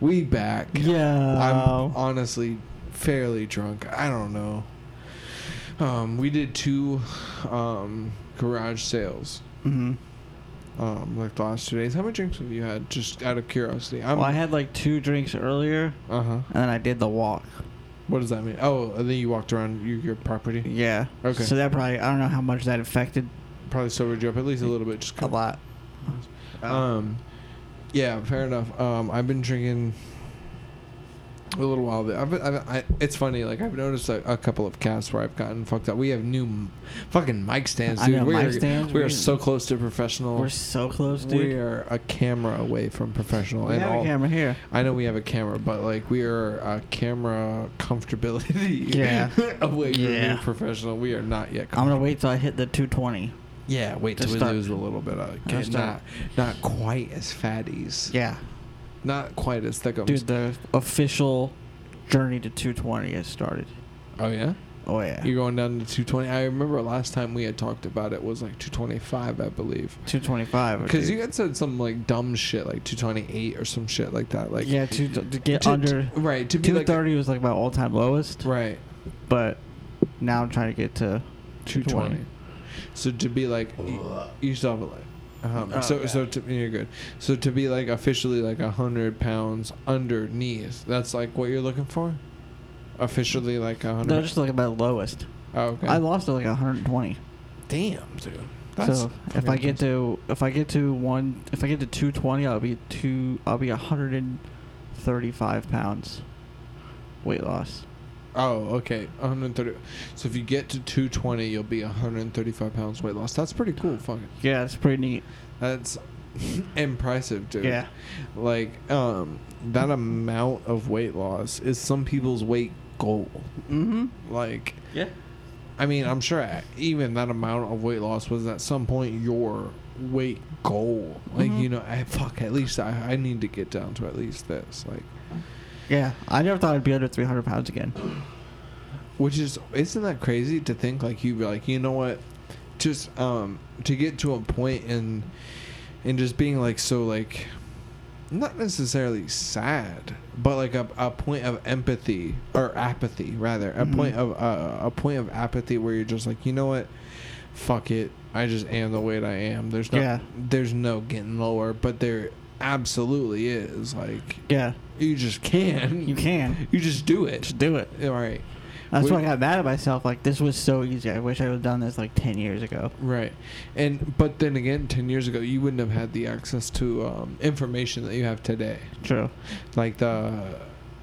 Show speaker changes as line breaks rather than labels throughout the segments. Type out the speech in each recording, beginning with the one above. We back.
Yeah.
I'm honestly fairly drunk. I don't know. Um, we did two um, garage sales
hmm
um, like the last two days. How many drinks have you had? Just out of curiosity. I'm,
Well, I had like two drinks earlier,
uh huh.
and then I did the walk.
What does that mean? Oh, and then you walked around your, your property.
Yeah.
Okay.
So that probably I don't know how much that affected
Probably sobered you up at least a little bit. Just
a lot. Oh.
Um, yeah, fair enough. Um, I've been drinking a little while. But I've, I've, I, it's funny. Like I've noticed a, a couple of casts where I've gotten fucked up. We have new m- fucking mic stands,
I
dude.
know,
we
mic
are,
stands,
We are
we-
so close to professional.
We're so close, dude.
we are a camera away from professional.
We
and
have
all,
a camera here.
I know we have a camera, but like we are a camera comfortability
Yeah.
away from
Yeah.
being professional. We are not yet.
I'm gonna wait till I hit the 220.
Yeah, wait
to
till we
start.
lose a little bit of.
I'll
Get not
start.
not quite as fatties.
Yeah,
Not quite as thick. of 'em.
dude. The official journey to 220 has started.
Oh yeah,
Oh yeah.
you're going down to 220. I remember last time we had talked about it was like 225, I believe. Oh,
225.
Because
dude.
you had said some like dumb shit, like 228 or some shit like that. Like
yeah, to, to get
to-
under
to- right to be like
230 was like my all-time lowest,
right
but now I'm trying to get to
220. So to be like you, you still have a life. Um,
Oh,
so
okay.
so to, you're good. So to be like officially like a hundred pounds under knees. That's like what you're looking for. Officially like a hundred.
No, just like my lowest.
oh, okay.
I lost to like 120.
Damn, dude.
so if I get to if I get to one if I get to 220, I'll be two I'll be 135 pounds weight loss.
Oh, okay. 130. So if you get to 220, you'll be 135 pounds weight loss. That's pretty cool. Fucking.
Yeah, it's pretty neat.
That's impressive, dude.
Yeah,
Like, um, that amount of weight loss is some people's weight goal.
Mm-hmm.
Like,
Yeah.
I mean, I'm sure a- even that amount of weight loss was at some point your weight goal. Like,
Mhm.
you know, I fuck, at least I, I need to get down to at least this. Like,
Yeah. I never thought I'd be under 300 pounds again.
Which is isn't that crazy to think like you like you know what, just um to get to a point and and just being like so like, not necessarily sad, but like a, a point of empathy or apathy rather a
Mhm.
point of uh, a point of apathy where you're just like you know what, fuck it, I just am the weight I am. There's no
Yeah.
there's no getting lower, but there absolutely is like
Yeah.
you just can
You can.
you just do it.
Just do it.
All right.
That's
We-
why I got mad at myself. Like this was so easy. I wish I would have done this like 10 years ago.
Right, and but then again, ten years ago, you wouldn't have had the access to um, information that you have today,
True.
like the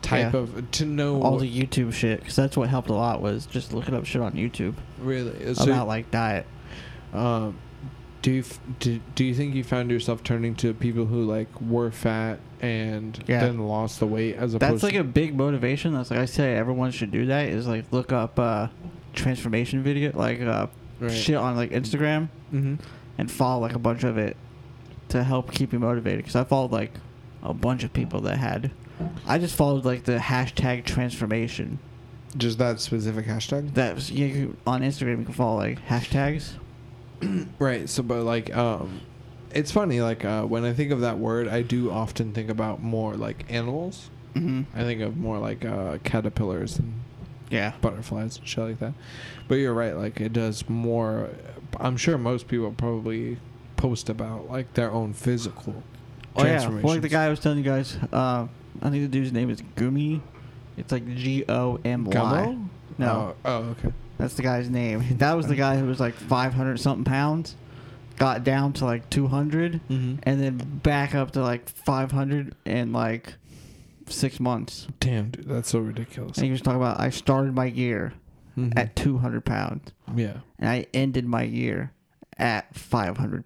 type
Yeah.
of to know
All
what-
the YouTube shit, because that's what helped a lot was just looking up shit on YouTube
really.
about
So,
like diet.
um, do you f- do, do you think you found yourself turning to people who like were fat and
Yeah.
then lost the weight as opposed?
That's like
to,
a big motivation. That's like I say, everyone should do that. Is like look up uh, transformation video, like uh,
Right.
shit on like Instagram,
Mhm.
and follow like a bunch of it to help keep you motivated. Because I followed like a bunch of people that had. I just followed like the hashtag transformation.
just that specific hashtag.
That was, you, you- on Instagram you can follow like hashtags.
Right. So, but like, um, it's funny. Like uh, when I think of that word, I do often think about more like animals.
Mm-hmm.
I think of more like uh, caterpillars and
Yeah.
butterflies and shit like that. But you're right, like it does more. I'm sure most people probably post about like their own physical
Oh yeah.
transformation.
Well, like the guy I was telling you guys, uh, I think the dude's name is Gumi. It's like G O M Y.
Gummo?
No.
Oh, oh, okay.
That's the guy's name. That was the guy who was like 500 something pounds, got down to like 200,
Mhm.
and then back up to like 500 in like six months.
Damn, dude, that's so ridiculous.
And he was talking about I started my year
Mhm.
at 200 pounds,
yeah.
and I ended my year at 500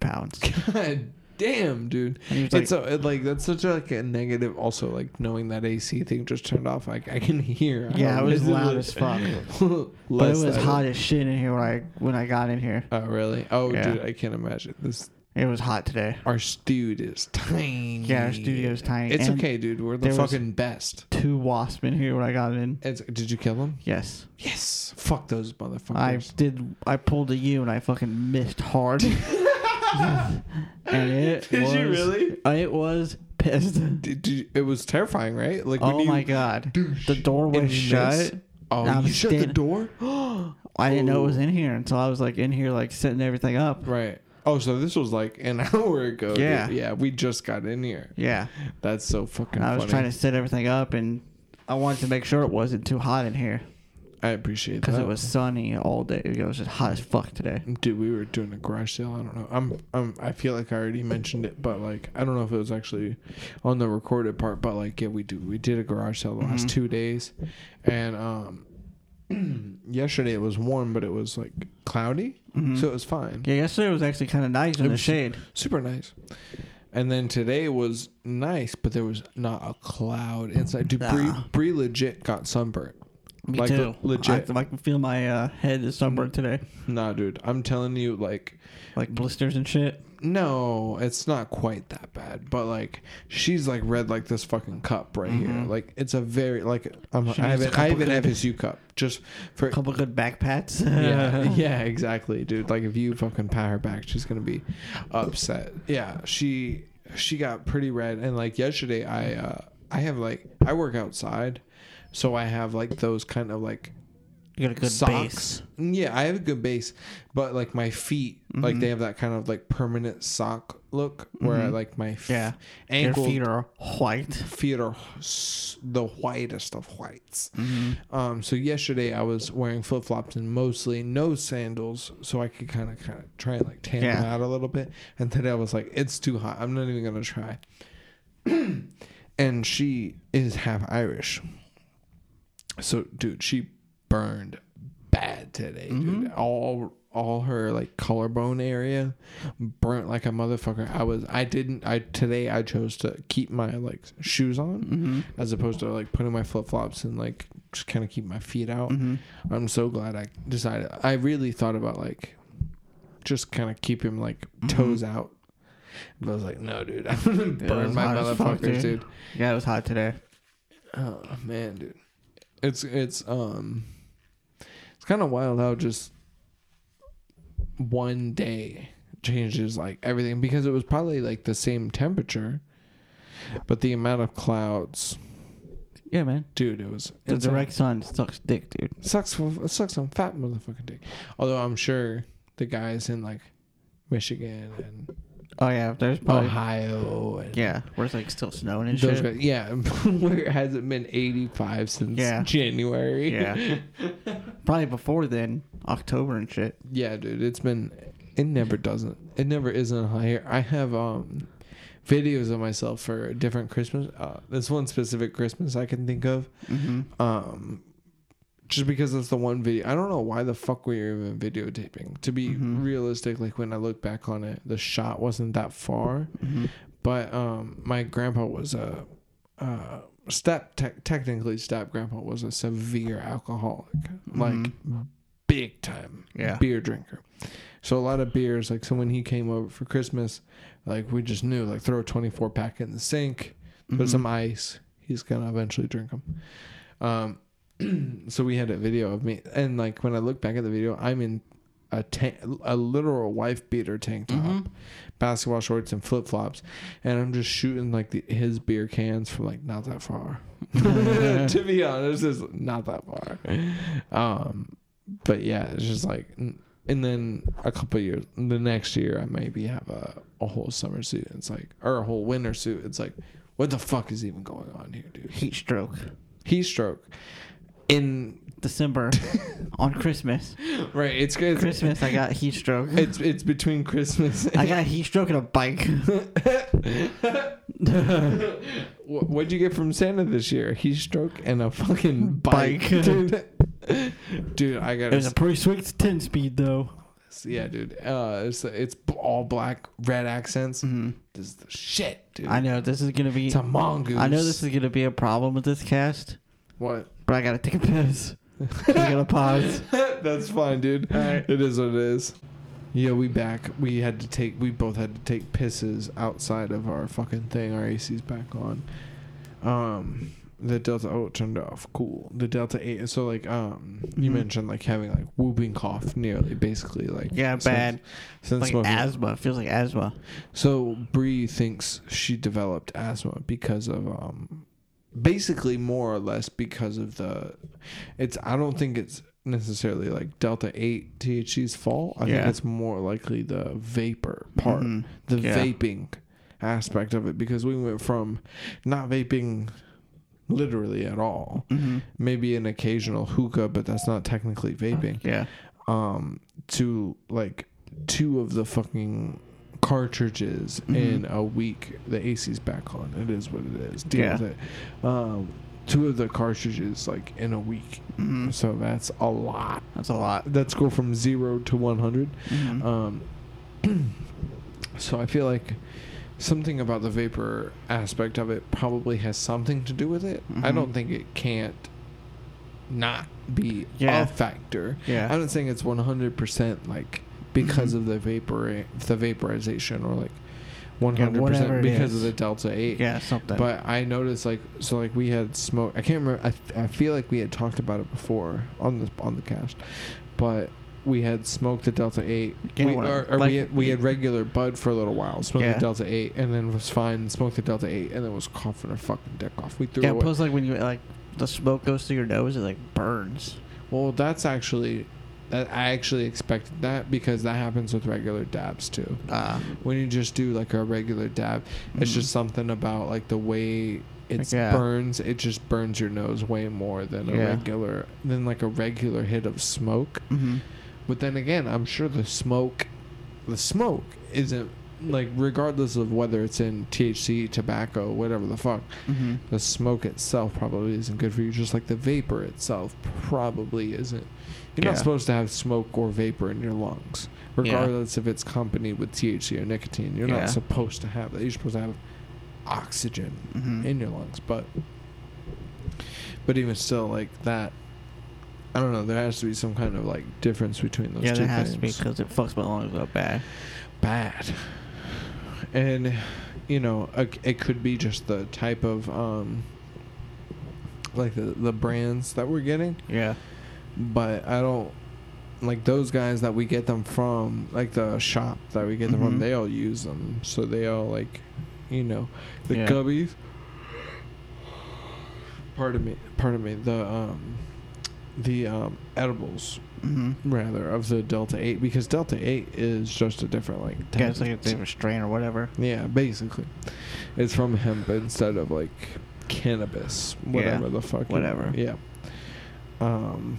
pounds.
God damn, dude.
And he was
it's so it, like that's such a, like a negative. Also, like knowing that AC thing just turned off, like I can hear.
Yeah,
how
it was loud
it-
as fuck. But it
less
was
that-
hot as shit in here when I when I got in here.
Oh really? Oh,
Yeah.
dude, I can't imagine this.
It was hot today.
Our studio's tiny.
Yeah, our studio's tiny,
It's
and
okay, dude. We're the
there was-
fucking best.
Two wasps in here when I got in.
It's, did you kill them?
Yes.
Yes. Fuck those
I
motherfuckers.
did. I pulled a U and I fucking missed hard. and it was,
Did you really?
uh, It was pissed.
Did, did, it was terrifying, right? Like when
oh
you-
my god,
douche
the door
and
was
you
shut.
miss. Oh,
I'm
you shut the
standing-
door?
I didn't know it was
Oh.
in here until I was like in here, like setting everything up.
Right. Oh, so this was like an hour ago. dude.
Yeah.
Yeah, we just got in here.
Yeah,
That's so fucking
and I was
funny.
trying to set everything up, and I wanted to make sure it wasn't too hot in here
I appreciate
because
that.
it was sunny all day. It was just hot as fuck today.
Dude, we were doing a garage sale. I don't know. I'm, I'm, I feel like I already mentioned it, but like, I don't know if it was actually on the recorded part, but like, yeah, we do. We did a garage sale the last
Mhm.
two days, and um, yesterday it was warm, but it was like cloudy,
Mhm.
so it was fine.
Yeah, yesterday was actually kind of nice in
It
the
was-
shade.
Super nice. And then today was nice, but there was not a cloud inside. Dude, Bree,
Nah.
Bree legit got sunburnt.
Me
like,
too.
le- legit. Mm.
I, I can feel my uh, head is sunburned today,
Nah, dude. I'm telling you, like,
like blisters and shit.
no, it's not quite that bad. But like, she's like red like this fucking cup right here.
Mhm.
Like, it's a very like I'm, I
She needs
have
a
an, I
couple
have an
good-
FSU cup just for
A couple good back pats.
yeah, yeah, exactly, dude. Like if you fucking pat her back, she's gonna be upset. Yeah, she she got pretty red, and like yesterday, I uh I have like I work outside, so I have like those kind of like
You got a good
socks.
base.
Mm, Yeah, I have a good base, but like my feet, like
Mm-hmm.
they have that kind of like permanent sock look where
Mhm.
like my f-
Yeah.
ankle
Your feet are white.
feet are s- the whitest of whites.
Mhm.
Um, so yesterday I was wearing flip flops and mostly no sandals, so I could kind of kind of try and like tan them
Yeah.
out a little bit. And today I was like, it's too hot. I'm not even gonna try. and she is half Irish, so dude, she burned bad today, dude. All all her like collarbone area burnt like a motherfucker. I was I didn't I today I chose to keep my like shoes on
Mhm.
as opposed to like putting my flip flops and like just kind of keep my feet out.
Mhm.
I'm so glad I decided. I really thought about like just kind of keep him like toes out. But I was like, no, dude, I'm gonna burn
was
my
hot as fuck,
motherfuckers,
dude.
dude.
Yeah, it was hot today.
Oh man, dude, it's it's um, it's kind of wild how just one day changes like everything because it was probably like the same temperature, but the amount of clouds,
Yeah, man.
dude, it was
The
insane.
direct sun sucks dick, dude.
sucks for sucks on fat motherfucking dick. Although I'm sure the guys in like Michigan and
Oh yeah, there's probably
Ohio and
yeah, where it's like still snowing and
those
shit.
guys, yeah, where it hasn't been 85 since
Yeah.
January.
Yeah, probably before then, October and shit.
yeah, dude, it's been. It never doesn't. It never isn't high here. I have um videos of myself for different Christmas. Uh, this one specific Christmas I can think of.
Mm-hmm.
um just because that's the one video i don't know why the fuck we were even videotaping to be
Mhm.
realistic like when i look back on it the shot wasn't that far
hmm
but um my grandpa was a uh step te- technically step grandpa was a severe alcoholic like big time
Yeah.
beer drinker so a lot of beers like so when he came over for christmas like we just knew like throw a 24 pack in the sink put some ice. He's gonna eventually drink them. Um, so we had a video of me, and like when I look back at the video, I'm in a tank, a literal wife beater tank top, basketball shorts, and flip flops, and I'm just shooting like the, his beer cans from like not that far. to be honest, it's not that far. Um, but yeah, it's just like, and then a couple of years, the next year, I maybe have a, a whole summer suit. It's like, or a whole winter suit. It's like, what the fuck is even going on here, dude?
Heat stroke,
Heat stroke. In
December, on Christmas,
right, it's it's
Christmas I got heat stroke.
it's, it's between Christmas.
I got a heat stroke and a bike.
Wha- What'd you get from Santa this year? Heat stroke and a fucking bike,
Bike.
dude. dude, I got
It was a pretty sweet ten speed though.
yeah, dude. Uh, it's it's all black, red accents.
Mhm.
This is the shit, dude.
I know this is gonna be.
It's a mongoose.
I know this is gonna be a problem with this cast,
what.
but I gotta take a piss. we gotta pause.
That's fine, dude.
Alright.
It is what it is. Yeah, we back. We had to take. We both had to take pisses outside of our fucking thing. Our AC's back on. Um, the Delta oh it turned off. Cool. The Delta eight. So like um, you
Mhm.
mentioned like having like whooping cough nearly basically like
Yeah,
since-
bad.
since
Like
smoking.
asthma. Feels like asthma.
So Bree thinks she developed asthma because of um basically more or less because of the it's I don't think it's necessarily like delta 8 THC's fault. I
Yeah.
think it's more likely the vapor part,
Mhm.
the
Yeah.
vaping aspect of it because we went from not vaping literally at all.
Mhm.
Maybe an occasional hookah, but that's not technically vaping
Yeah.
um to like two of the fucking cartridges
Mhm.
in a week. The AC's back on. It is what it is. Deal
Yeah.
with it. Um, two of the cartridges like in a week.
Mhm.
So that's a lot.
That's a lot.
Let's go from zero to one hundred.
Mhm.
Um, so I feel like something about the vapor aspect of it probably has something to do with it. I
Mhm.
don't think it can't not be
Yeah.
a factor.
yeah.
I'm not saying it's 100 percent like because
Mhm.
of the vapor the vaporization or like
whatever
100%
it
because of
is.
the delta 8.
yeah. Something.
But I noticed like so like we had smoke. I can't remember. I, th- I feel like we had talked about it before on this on the cast, but we had smoked the Delta Eight.
Yeah,
we,
whatever.
or, or
Like-
we had, we had regular Bud for a little while. Smoked
Yeah.
the Delta Eight and then was fine. Smoked the Delta Eight and then was coughing our fucking dick off. We threw
yeah.
away.
Plus, like when you like the smoke goes through your nose, it like burns.
Well, that's actually that I actually expected that because that happens with regular dabs too.
Uh,
When you just do like a regular dab, it's
Mhm.
just something about like the way it
Yeah.
burns. It just burns your nose way more than a
Yeah.
regular than like a regular hit of smoke.
mm-hmm.
But then again, I'm sure the smoke, the smoke isn't like regardless of whether it's in THC, tobacco, whatever the fuck
Mm-hmm.
the smoke itself probably isn't good for you, just like the vapor itself probably isn't. You're
Yeah.
not supposed to have smoke or vapor in your lungs,
Yeah.
regardless if it's accompanied with THC or nicotine. You're
Yeah.
not supposed to have that. You're supposed to have oxygen
Mhm.
in your lungs, but but even still, like that, I don't know. There has to be some kind of like difference between those
Yeah,
two
there has
things
to be because it fucks my lungs up bad.
bad. And you know, a- it could be just the type of um like the the brands that we're getting,
Yeah.
but I don't like those guys that we get them from, like the shop that we get them
Mhm.
from, they all use them. So they all like, you know, the
Yeah.
gubbies. Pardon me, pardon me. The um the um edibles
Mm-hmm.
rather of the Delta 8 because Delta 8 is just a different like
Yeah, it's
type.
like a different strain or whatever.
Yeah, basically. It's from hemp instead of like cannabis, whatever the fuck. you-
whatever.
Yeah. Um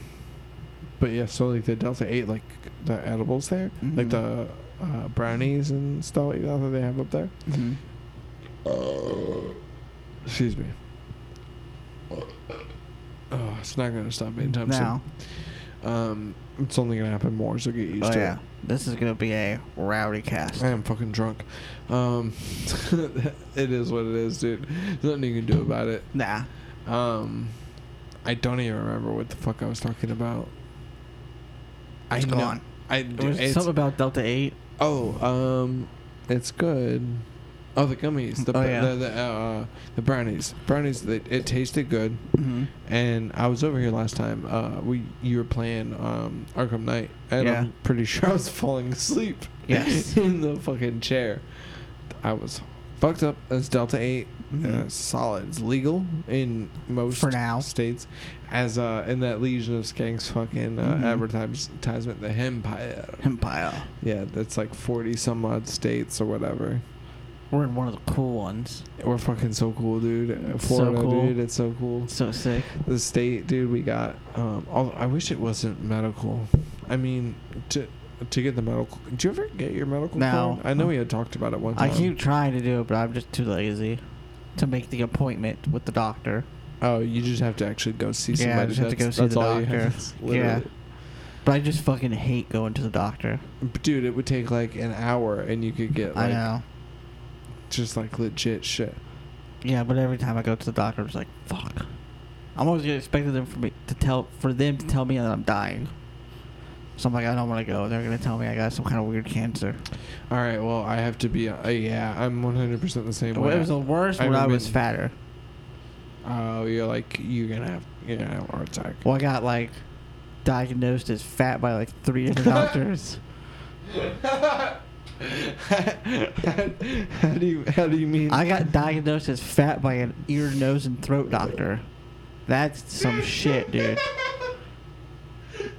but yeah, so like the Delta 8 like the edibles there, like
Mhm.
the uh, brownies and stuff like that that they have up there.
Mm-hmm.
Excuse me. Oh, it's not going to stop anytime
Now,
soon. Um it's only going to happen more, so get used
oh
to
yeah,
it.
this is gonna be a rowdy cast.
I am fucking drunk. Um, it is what it is, dude. There's nothing you can do about it.
Nah.
Um, I don't even remember what the fuck I was talking about.
It's
I know.
gone.
I
It was
it's-
something about Delta Eight.
oh um, it's good. Oh, the gummies, the
Oh,
br-
yeah.
the the, uh, the brownies, brownies. They, it tasted good,
Mm-hmm.
and I was over here last time. Uh, we you were playing um Arkham Knight, and
Yeah.
I'm pretty sure I was falling asleep.
Yes.
in the fucking chair. I was fucked up. It's Delta 8
Mhm.
Uh, it's solid. It's legal in most
For now.
states. As uh, in that Legion of Skanks fucking uh,
Mhm.
advertisement, the Empire.
Empire.
Yeah, that's like forty some odd states or whatever.
We're in one of the cool ones.
We're fucking so cool, dude.
So
Florida,
cool.
dude. It's so cool.
So sick.
The state, dude. We got. Um, although I wish it wasn't medical. I mean, to to get the medical. Did you ever get your medical?
No.
card? I know we had talked about it one
I
time.
keep trying to do it, but I'm just too lazy to make the appointment with the doctor.
Oh, you just have to actually go see
Yeah, I
somebody.
just have to
that's
go see
that's
the
all you have.
doctor.
It's
Yeah.
literally-
But I just fucking hate going to the doctor.
But dude, it would take like an hour, and you could get
I
like
know.
just like legit shit.
Yeah, but every time I go to the doctor, it's like fuck. I'm always expecting them for me to tell for them to tell me that I'm dying. So I'm like, I don't want to go. They're gonna tell me I got some kind of weird cancer.
All right, well, I have to be. Uh, yeah, I'm 100 percent the same
Well,
way.
it was the worst
I
when I was
remember-
fatter.
Oh, you're like you're gonna have you're gonna have a heart attack.
Well, I got like diagnosed as fat by like three different doctors.
how do you how do you mean?
I got diagnosed as fat by an ear, nose, and throat doctor. That's some shit, dude.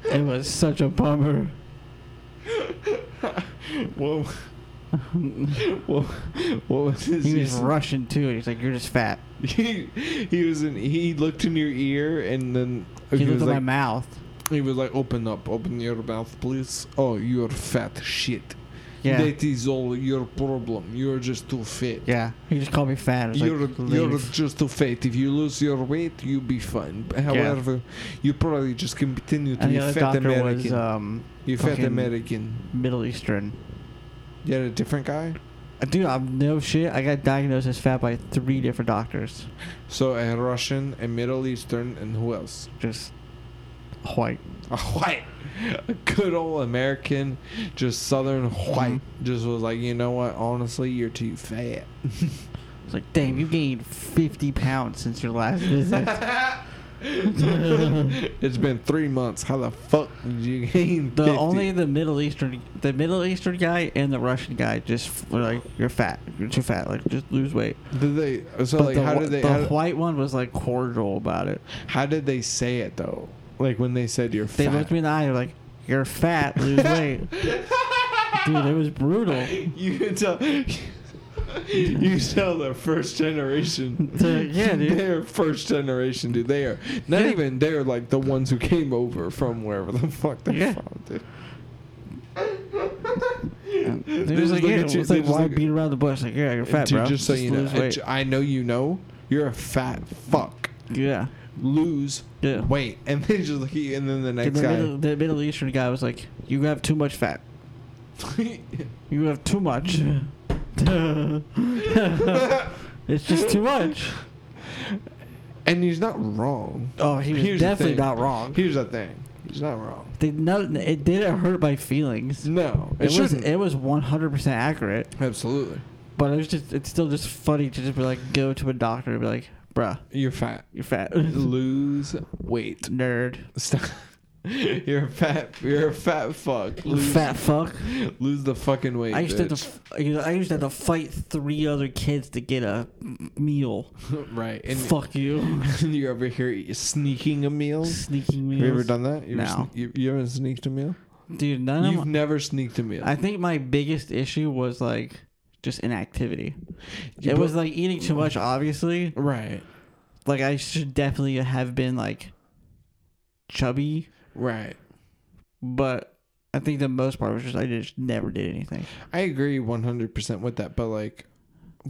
It was such a bummer.
Whoa,
he
whoa, what was his?
was Russian too. He's like, "You're just fat."
He, he was in. He looked in your ear and then
He, looked
was
at my
like,
mouth.
he was like, "Open up, open your mouth, please." Oh, you're fat shit.
Yeah,
That is all your problem. You're just too fat.
yeah. He just called me fat. I was
You're,
like,
you're
"Leave."
just too fat. If you lose your weight, you'll be fine. However, you probably just continue to
and
be
the other
fat
doctor
American.
was um,
you fat
fucking-
American.
Middle Eastern.
You had a different guy?
Uh, Dude, I'm no shit. I got diagnosed as fat by three different doctors.
So a Russian, a Middle Eastern, and who else?
Just white.
A white. A good old American, just southern white.
Mm-hmm.
Just was like, you know what? Honestly, you're too fat.
It's like, damn, you gained 50 pounds since your last visit.
it's been three months. How the fuck did you gain?
The
50?
only the Middle Eastern, the Middle Eastern guy and the Russian guy just were like, you're fat. You're too fat. Like, just lose weight.
Did they? So
but
like,
the,
how
wh-
did they?
the
How,
white one was like cordial about it.
how did they say it though? Like when they said you're
They
fat.
looked me in the eye. They're like, you're fat. Lose weight. Dude, it was brutal.
You can tell. You tell they're first generation.
The- yeah, dude.
They're first generation, dude. They are not
Yeah.
even. They're like the ones who came over from wherever the fuck they're
Yeah.
from, dude.
And
They
They
just
was like,
look
yeah,
at you-
it's
they
like,
just
why
look-
beat around the bush? Like, yeah, you're fat,
Dude,
bro.
just so you know,
lose weight.
I know you know. You're a fat fuck.
yeah.
Lose
Yeah.
weight, and they just look at you, and then the
The
next
middle, the Middle Eastern guy was like, you have too much fat.
guy.
You have too much. it's just too much.
And he's not wrong.
Oh, he was
Here's the
definitely
thing.
not wrong.
Here's the thing. He's not wrong.
They, no, it didn't hurt my feelings.
No, it,
It was
shouldn't.
it was 100% accurate,
Absolutely.
but it was just it's still just funny to just be like go to a doctor and be like, "Bruh,
You're fat.
you're fat."
Lose weight.
Nerd.
Stop. You're a fat. You're a fat fuck.
You
Lose,
Fat fuck.
Lose the fucking weight.
I used to have to,
bitch.
f- you know, I used to have to fight three other kids to get a meal.
right. And,
Fuck you,
and you're over here sneaking a meal.
sneaking meals.
Have you ever done that? You ever
No.
sne- you, you haven't sneaked a meal.
Dude, none of
You've
my,
never sneaked a meal.
I think my biggest issue was like just inactivity.
You
it was
put-
like eating too much, obviously.
right.
Like I should definitely have been like chubby,
Right.
but I think the most part was just I just never did anything.
I agree 100% with that, but like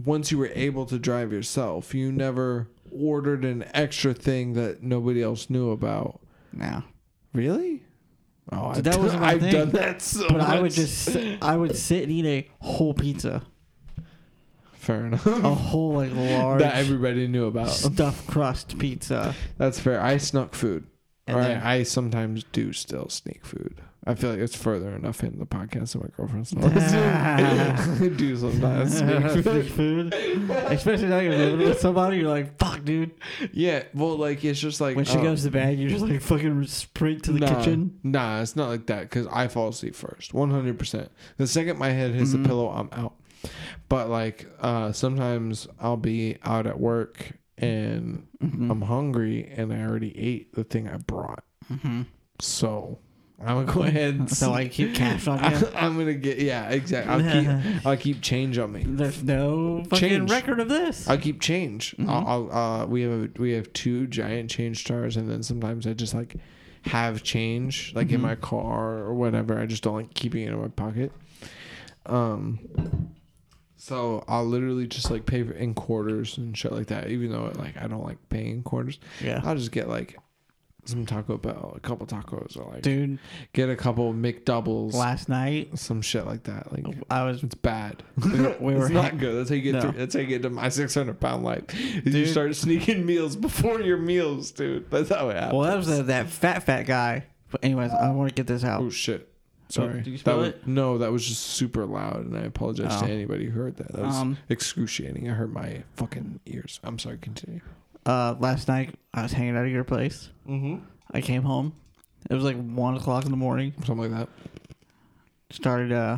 once you were able to drive yourself, you never ordered an extra thing that nobody else knew about.
No,
Really? Oh, I've,
that
done-
wasn't my
I've
thing.
done that so
but
much.
I would just sit- I would sit and eat a whole pizza,
Fair enough.
a whole like large
that everybody knew about.
stuffed crust pizza.
That's fair. I snuck food.
And
All right.
then-
I sometimes do still sneak food. I feel like it's further enough in the podcast that my girlfriend's not listening. I do sometimes sneak food.
Sneak food, especially now you're living with somebody. You're like, fuck, dude.
Yeah, well, like it's just like
When she
um,
goes to bed, you just like fucking sprint to the
nah,
kitchen.
Nah, it's not like that because I fall asleep first, one hundred percent. The second my head hits
Mm-hmm.
the pillow, I'm out. But like uh, sometimes I'll be out at work and
Mm-hmm. Mm.
I'm hungry and I already ate the thing I brought, so I'm gonna go ahead. And
So I keep cash on you.
I'm gonna get yeah exactly. I'll keep I'll keep change on me.
There's no fucking
Change.
record of this.
I'll keep change.
Mm-hmm.
I'll, I'll, uh, we have we have two giant change jars, and then sometimes I just like have change, like in
Mm-hmm.
my car or whatever. I just don't like keeping it in my pocket. Um, so I'll literally just like pay for- in quarters and shit like that. Even though like I don't like paying in quarters,
yeah,
I'll just get like some Taco Bell, a couple tacos, or like
dude.
get a couple McDoubles,
Last night
some shit like that. Like
I was
it's bad.
we were, we were
it's not good. That's how you get.
No.
through that's how you get to my six hundred pound life. Is You
Dude.
start sneaking meals before your meals, dude. That's how it happens.
well. That was uh, that fat fat guy. But anyways, I want to get this out.
oh shit! Sorry.
did you
that
spill
was,
it?
No, that was just super loud, and I apologize to
Oh.
anybody who heard that. That was
Um,
excruciating. I hurt my fucking ears. I'm sorry. Continue.
uh, last night I was hanging out at your place.
Mm-hmm.
I came home. It was like one o'clock in the morning.
Something like that.
Started uh,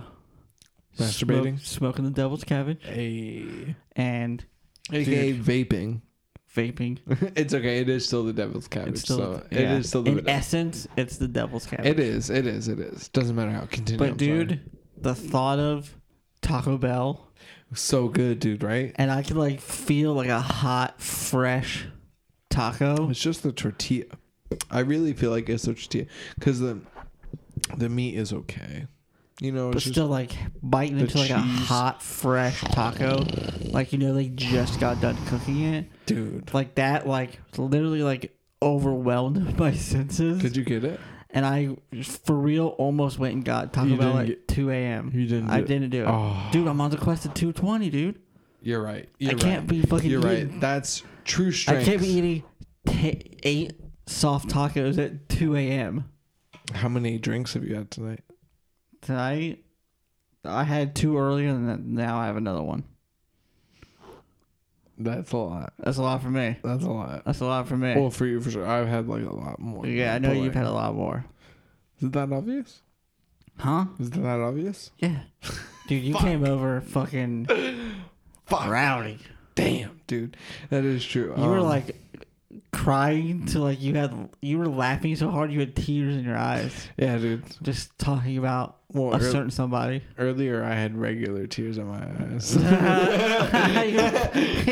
Masturbating?
smoke- smoking the devil's cabbage,
Hey.
and
AKA vaping.
vaping.
it's okay. It is still the devil's cabbage.
It's still,
so it
yeah.
is still
in
the.
essence, it's the devil's cabbage.
it is. It is. It is. Doesn't matter how. Continue.
But
I'm
dude,
sorry.
the thought of Taco Bell,
so good, dude. Right?
and I could like feel like a hot, fresh taco.
It's just the tortilla. I really feel like it's the tortilla because the the meat is okay. You know,
But
it's just
still, like biting
the
into like a
cheese.
hot, fresh taco, like you know they just got done cooking it,
dude.
like that, like literally like overwhelmed my senses,
Did you get it?
and I for real almost went and got Taco
You
Bell
didn't
at
get-
two a.m.
you didn't
I
do it.
didn't do it,
Oh.
dude. I'm on the quest at two twenty, dude.
You're right. You're
I
right.
can't be fucking.
You're
eating
right. That's true strength.
I can't be eating t- eight soft tacos at 2 a.m.
How many drinks have you had tonight?
Tonight, I had two earlier, and then now I have another one.
That's a lot.
That's a lot for me.
That's a lot.
That's a lot for me.
Well, for you for sure. I've had like a lot more.
yeah, I know you've had a lot more.
Is that obvious?
Huh?
Is that not obvious?
Yeah. Dude, you came over fucking
Fuck.
rowdy.
Damn, dude. That is true. Um,
You were like crying to like you had you were laughing so hard you had tears in your eyes
yeah, dude.
just talking about
Well,
a
ear-
certain somebody.
earlier I had regular tears in my eyes.
You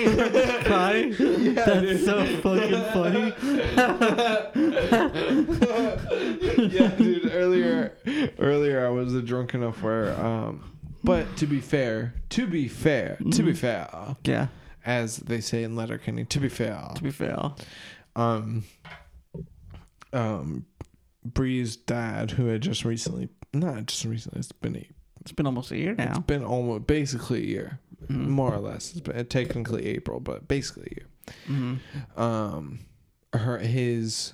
were crying? That's so fucking funny.
yeah, dude. Earlier, earlier I was drunk enough where, um, but to be fair, to be fair, to
Mm-hmm.
be fair,
Yeah,
as they say in Letterkenny, to be fair,
to be fair.
um, um, Bree's dad, who had just recently, not just recently, it's been a,
It's been almost a year
it's
now.
been almost basically a year,
Mm-hmm.
more or less. It's been technically April, but basically a year.
hmm
um her his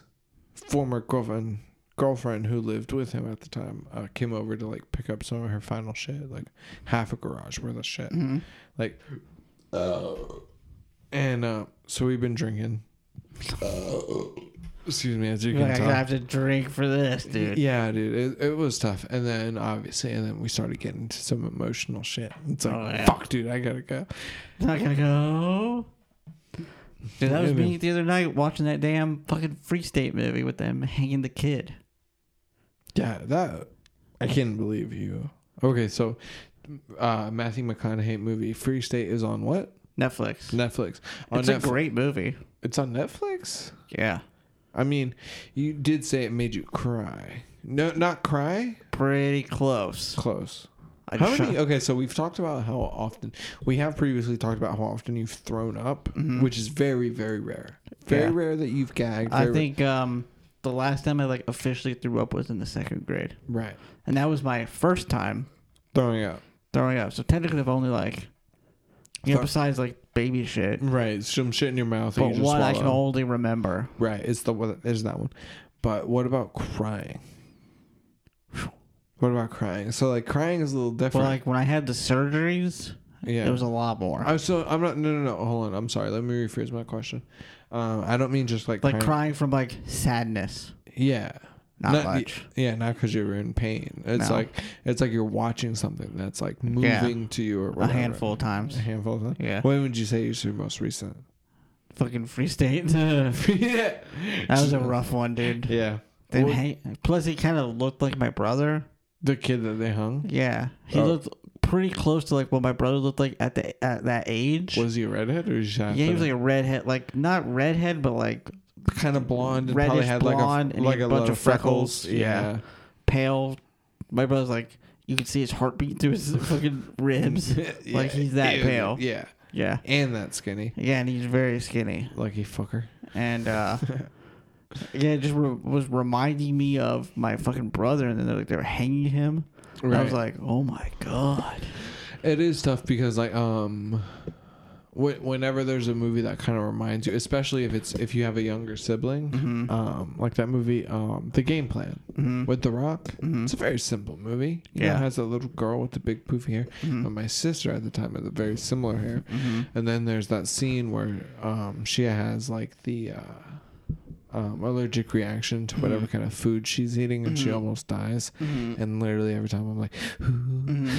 former girlfriend girlfriend who lived with him at the time uh, came over to like pick up some of her final shit like half a garage worth of shit like and uh so we've been drinking Uh. excuse me as you
You're
can
like, I
tell
gotta have to drink for this, dude.
yeah dude it, it was tough and then obviously and then we started getting into some emotional shit it's like
Oh, yeah.
fuck dude i gotta go
Not gonna go. Dude, that was
Yeah,
me
dude.
the other night watching that damn fucking Free State movie with them hanging the kid.
Yeah, that I can't believe you. Okay, so uh Matthew McConaughey movie Free State is on what?
Netflix.
Netflix. On
It's
Oh, Netflix.
a great movie.
it's on Netflix?
Yeah,
I mean, you did say it made you cry. No, not cry.
pretty close.
Close.
I
how
just-
many? Okay, so we've talked about how often we have previously talked about how often you've thrown up, which is very, very rare. Very
Mm-hmm. Yeah.
rare that you've gagged.
I
very-
think um, the last time I like officially threw up was in the second grade,
right
and that was my first time
throwing up.
throwing up. So technically, I've only like, you know,
Fuck.
besides like baby shit,
Right, some shit in your mouth. that Mm, you
but
just
one I can
swallow.
only remember.
Right. It's the one. It's that one. But what about crying? What about crying? So like crying is a little
But
different.
like when I had the surgeries,
yeah.
it was a lot more.
I'm so I'm not. No, no, no. Hold on. I'm sorry. Let me rephrase my question. Um, I don't mean just like
like crying from like sadness.
Yeah.
Not
y-
much.
Yeah, not because you're in pain. It's
No.
like it's like you're watching something that's like moving to you or
A
whatever.
handful of
A
times.
handful. Of times?
Yeah.
When would you say is your most recent?
Fucking Free State. that
yeah.
was a rough one, dude.
Yeah.
Then
Well,
hang- plus he kind of looked like my brother.
the kid that they hung
Yeah, he
Oh.
looked pretty close to like what my brother looked like at the at that age.
was he a redhead or was he
yeah, he was like a redhead, like not redhead, but like
kind of blonde and
Reddish
probably had
blonde
like a
and he
like
had
a
a bunch
lot
of freckles.
Yeah.
Yeah. pale. My brother's like you could see his heartbeat through his fucking ribs. Like he's that
Ew.
pale.
Yeah.
Yeah.
And that skinny.
Yeah, and he's very skinny.
Lucky fucker.
And uh yeah, it just re- was reminding me of my fucking brother and then they're like they were hanging him. And I was
Right.
like, "Oh my god."
It is tough because like um wh- whenever there's a movie that kind of reminds you, especially if it's if you have a younger sibling,
Mhm.
um, like that movie, um, The Game Plan
Mhm.
with The Rock.
Mhm.
It's a very simple movie. You know,
Yeah.
it has a little girl with the big poofy hair,
Mhm.
and my sister at the time had a very similar hair.
Mhm.
And then there's that scene where um, she has like the uh, um, allergic reaction to whatever
Mhm.
kind of food she's eating, and she
Mhm.
almost dies.
Mhm.
And literally every time I'm like,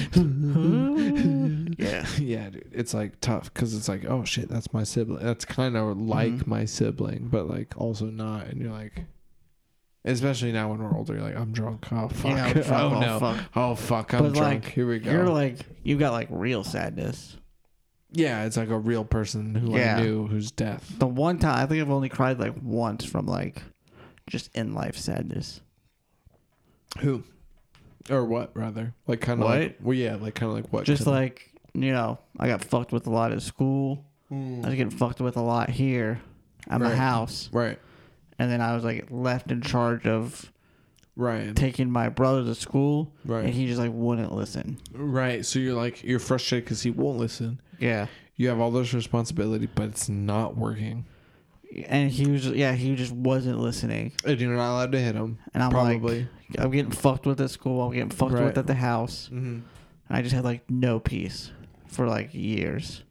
Mhm. yeah.
yeah, dude, it's like tough because it's like, oh shit, that's my sibling. That's kind of like
Mhm.
my sibling, but like also not. And you're like, especially now when we're older, you're like, I'm drunk. Oh fuck.
Yeah, I'm drunk.
Oh,
Oh,
no.
fuck.
Oh fuck. I'm
But,
drunk.
like,
Here we go.
You're like you got like real sadness.
yeah, it's like a real person who
Yeah.
I knew whose death.
The one time I think I've only cried like once from like just in life sadness.
Who? Or what rather? Like kind of like
What?
well, yeah, like kind of like what?
Just
could-
like you know, I got fucked with a lot at school. I was
Mm.
getting fucked with a lot here at my
Right.
house,
right,
and then I was like left in charge of
Ryan.
taking my brother to school,
Right.
and he just like wouldn't listen.
Right. So you're like you're frustrated because he won't listen.
Yeah,
You have all this responsibility, but it's not working.
and he was yeah he just wasn't listening.
And you're not allowed to hit him.
And I'm
probably.
like, I'm getting fucked with at school. I'm getting fucked
Right.
with at the house.
mm-hmm.
And I just had like no peace for like years.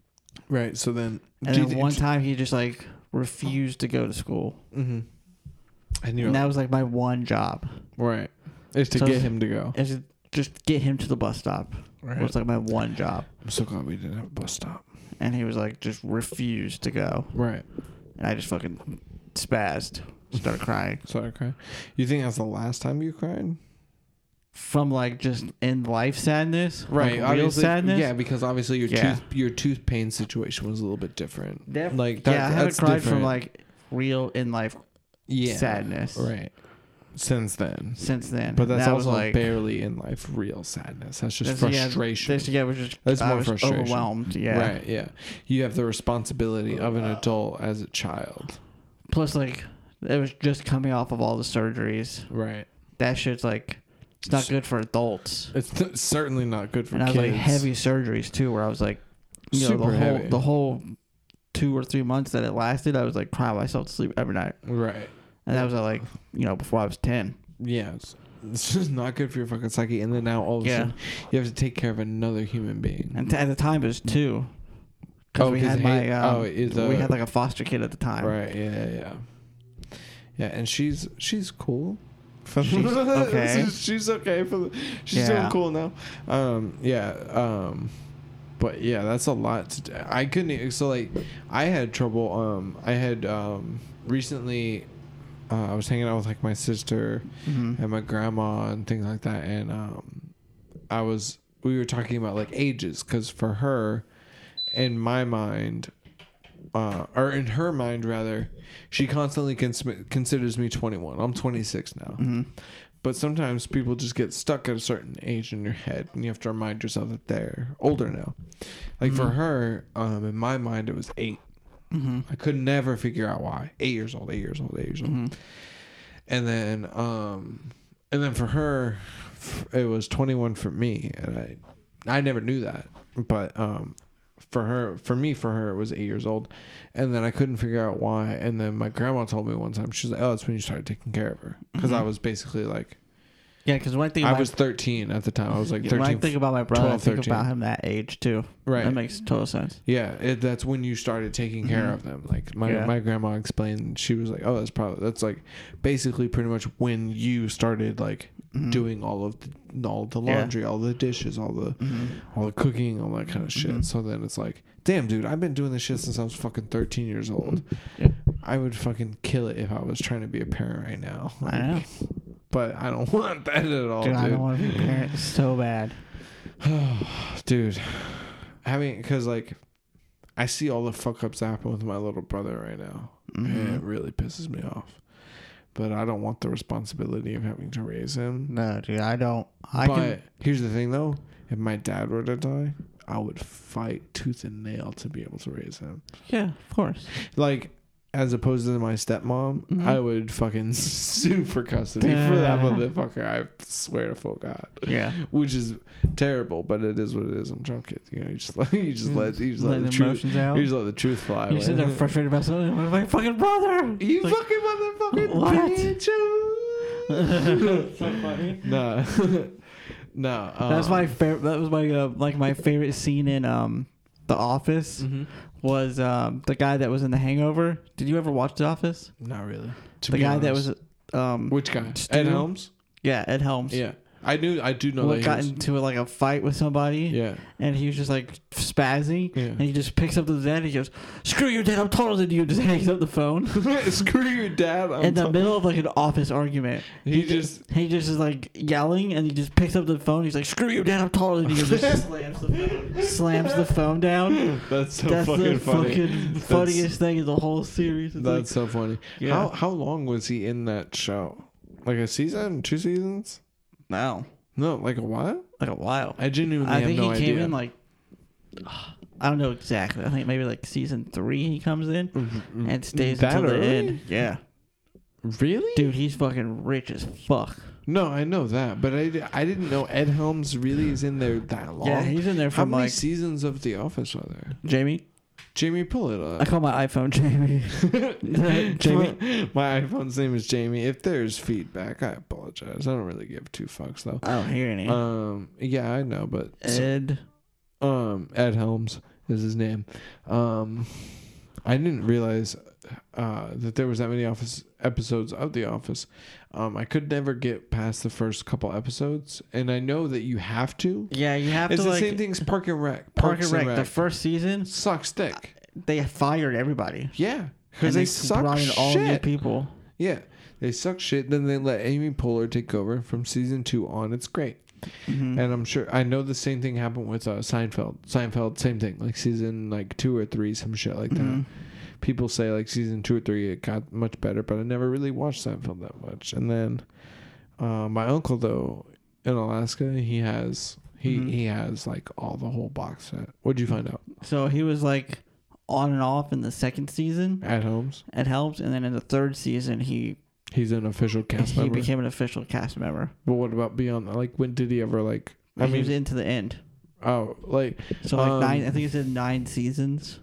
Right. So then,
And then one time he just like refused to go to school.
hmm and you're
And
like,
that was like my one job
right, is to
So-
get him to go.
is to just get him to the bus stop.
Right.
was like my one job.
I'm so glad we didn't have a bus stop.
And he was like just refused to go.
Right.
And I just fucking spazzed, started crying
Sorry, I cried. You think that's the last time you cried?
from like just in life sadness,
Right.
Like, real
obviously-
sadness.
Yeah, because obviously your
Yeah.
tooth your tooth pain situation was a little bit different.
Def-
like
yeah, I
that,
haven't
that's
cried
different.
from like real in life
yeah,
sadness
Right. Since then.
since then.
But that's
That was
also
like
barely in life real sadness. That's just
That's- yeah,
frustration.
This yeah, was just
That's
I
more
was
frustration.
Overwhelmed, yeah.
Right, yeah. You have the responsibility of an adult as a child.
Plus, like it was just coming off of all the surgeries.
Right.
That shit's like it's not
S-
good for adults.
It's th- certainly not good for
and I was
kids.
like heavy surgeries too, where I was like, you know,
Super
the whole
heavy.
the whole two or three months that it lasted, I was like crying myself to sleep every night,
Right.
and that was at like you know before I was ten.
Yeah. It's, it's just not good for your fucking psyche. And then now all of
Yeah.
a sudden, you have to take care of another human being.
And t- at the time it was two. Because
Oh,
we
'cause
had
he-
my um,
oh, is,
we
uh,
had like a foster kid at the time.
Right. Yeah. yeah, Yeah. Yeah. And she's she's cool.
She's okay.
she's, she's okay for the, she's
Yeah.
doing cool now. Um. Yeah. Um. But yeah, that's a lot. To, d- I couldn't. e- So like, I had trouble. Um. I had um recently. Uh, I was hanging out with like my sister
Mhm.
and my grandma and things like that, and um, I was we were talking about like ages because for her, in my mind, uh, or in her mind rather, she constantly cons- considers me 21. I'm 26 now.
Mhm.
But sometimes people just get stuck at a certain age in your head, and you have to remind yourself that they're older now. Like for
Mhm.
her, um, in my mind, it was eight.
Mhm.
I could never figure out why. Eight years old, eight years old, eight years old.
Mhm.
And then, um, and then for her, f- it was 21 for me, and I, I never knew that. But um, for her, for me, for her, it was eight years old, and then I couldn't figure out why. And then my grandma told me one time, she's like, "Oh, it's when you started taking care of her," because I
Mhm.
was basically like,
Yeah, because when I think
I
about
was 13 at the time. I was like
Yeah, when I
13,
think about my brother,
12,
I think
13.
about him that age too.
right?
That makes total sense.
Yeah, it, that's when you started taking care of them. Like my
Yeah.
my grandma explained, she was like, "Oh, that's probably that's like basically pretty much when you started like
Mhm.
doing all of the, all the
Yeah.
laundry, all the dishes, all the
Mhm.
all the cooking, all that kind of shit."
Mhm.
So then it's like, "Damn, dude, I've been doing this shit since I was fucking 13 years old.
Yeah.
I would fucking kill it if I was trying to be a parent right now."
I know.
But I don't want that at all,
Uh-huh. Oh, dude,
dude.
I don't want to be a parent so bad.
dude having because like i see all the fuck ups happen with my little brother right now and it
Mhm.
really pisses me off but i don't want the responsibility of having to raise him
No, dude, I don't. I
but
can.
here's the thing though if my dad were to die i would fight tooth and nail to be able to raise him
Yeah, of course.
like as opposed to my stepmom,
Mhm.
I would fucking sue for custody for that motherfucker. I swear to full God,
Yeah.
which is terrible, but it is what it is. I'm drunk kids, you know. You just let you just let you just let
Letting
the truth
emotions out.
you just let the truth fly.
You
away.
sit there frustrated about something. What my fucking brother?
You
It's like,
fucking motherfucking
What?
bitch.
So funny.
No, no. Um,
That's my favorite. That was my uh, like my favorite scene in um The Office
Mhm.
was um the guy that was in The Hangover. Did you ever watch The Office?
Not really. To
the
be
guy that
honest.
was um
which guy?
Stu?
Ed Helms.
yeah Ed Helms.
Yeah, I knew. I do know
Well,
that. he
got
was-
into like a fight with somebody,
yeah,
and he was just like spazzing,
Yeah.
and he just picks up the dad and he goes, "Screw your dad, I'm taller than you." and Just hangs up the phone
Screw your dad. I'm
in the
t-
middle of like an office argument.
he just
He just is like yelling, and he just picks up the phone. He's like, "Screw you, Dad! I'm taller than you." and Just slams the phone, slams the phone down.
that's so
That's
fucking
the
funny.
fucking
That's-
funniest thing in the whole series. It's
that's so
like,
funny.
Yeah.
How how long was he in that show? Like a season, two seasons?
no,
No, like a while.
like a while.
I genuinely
I
have
think
no
he came
idea.
in like I don't know exactly. I think maybe like season three he comes in
Mm-hmm,
and stays
Mm. That
until
early?
the end. Yeah,
really?
dude, he's fucking rich as fuck.
No, I know that, but I, di- I didn't know Ed Helms really is in there that long.
Yeah, he's in there
How
from
many
like
seasons of The Office are there?
Jamie.
Jamie, pull it up.
I call my iPhone Jamie. Jamie.
My, my iPhone's name is Jamie. If there's feedback, I apologize. I don't really give two fucks though.
I don't hear any.
Um, yeah, I know, but so-
Ed.
um, Ed Helms is his name. Um, I didn't realize uh, that there was that many Office episodes of The Office. Um, I could never get past the first couple episodes, and I know that you have to.
Yeah, you have
It's
to
the
like
same thing as Park and Rec.
Park
Parks
and Rec. The first season,
sucks dick.
they fired everybody
Yeah,
And
because they, suck
brought in
shit.
all new people.
Yeah, they suck shit. Then they let Amy Poehler take over from season two on. It's great,
Mm-hmm.
and I'm sure I know the same thing happened with uh, Seinfeld. Seinfeld, same thing. Like season like two or three, some shit like that.
Mm-hmm.
People say like season two or three it got much better, but I never really watched Seinfeld that much. And then uh, my uncle though in Alaska, he has he
Mhm.
he has like all the whole box set. What'd you find out
So he was like on and off in the second season
at Holmes?
at Helms, and then in the third season he
He's an official cast
he
member.
became an official cast member.
but what about beyond that? Like when did he ever like? I
he
mean,
was into the end.
Oh, like
So like
Um,
nine, I think it said nine seasons.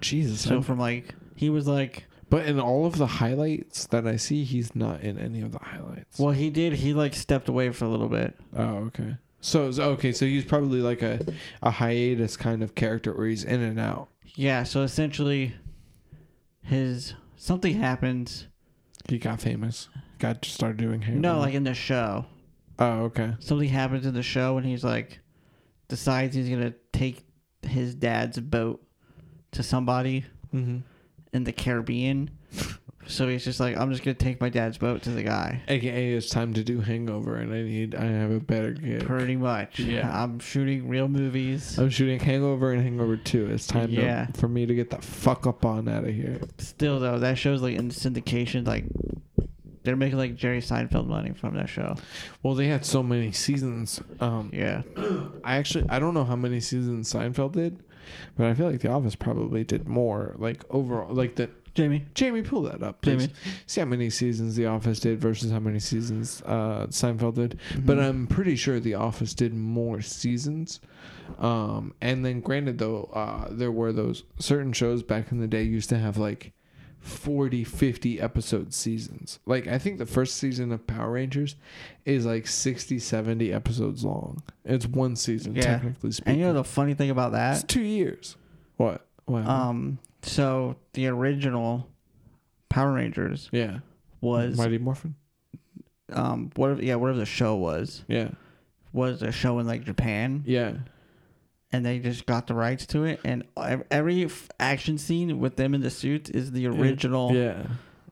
Jesus.
So from like he was like,
but in all of the highlights that I see, he's not in any of the highlights.
well, he did. He like stepped away for a little bit.
Oh, okay. So, so okay, so he's probably like a, a hiatus kind of character where he's in and out.
Yeah. So essentially, his something happens.
He got famous. Got to start doing hair.
No, like in the show.
Oh, okay.
something happens in the show and he's like decides he's gonna take his dad's boat to somebody
Mm-hmm.
in the Caribbean. so he's just like, I'm just gonna take my dad's boat to the guy.
AKA it's time to do hangover and I need I have a better gig.
Pretty much.
Yeah. Oh.
I'm shooting real movies.
I'm shooting hangover and hangover two. It's time
Yeah.
to, for me to get the fuck up on out of here.
Still though, that show's like in syndication, like they're making like Jerry Seinfeld money from that show.
Well, they had so many seasons. Um
Yeah.
I actually I don't know how many seasons Seinfeld did, but I feel like The Office probably did more. Like overall, like the
Jamie.
Jamie, pull that up, please.
Jamie.
See how many seasons The Office did versus how many seasons uh, Seinfeld did.
Mm-hmm.
But I'm pretty sure The Office did more seasons. Um, and then, granted, though, uh, there were those certain shows back in the day used to have like 40, 50 episode seasons. Like, I think the first season of Power Rangers is like 60, 70 episodes long. It's one season,
Yeah.
technically
And
speaking.
you know the funny thing about
it's
that?
two years. What? Wow.
Um so the original Power Rangers
yeah.
was
Mighty Morphin?
um whatever yeah whatever the show was
Yeah.
was a show in like Japan
Yeah.
and they just got the rights to it and ev- every f- action scene with them in the suits is the original
Yeah.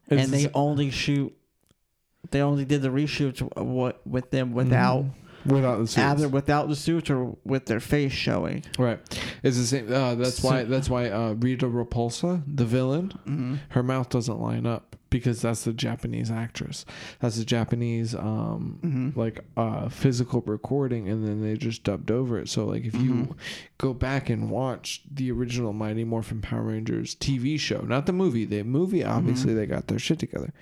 and they only shoot they only did the reshoots w- what with them without
without the Mm-hmm. suits.
either without the suits or with their face showing
Right. It's the same. Uh, that's
So-
why. That's why uh, Rita Repulsa, the villain,
Mm-hmm.
her mouth doesn't line up because that's the Japanese actress. That's the Japanese um
Mhm.
like uh physical recording and then they just dubbed over it. So like if you go back and watch the original Mighty Morphin Power Rangers TV show, not the movie. The movie obviously they got their shit together.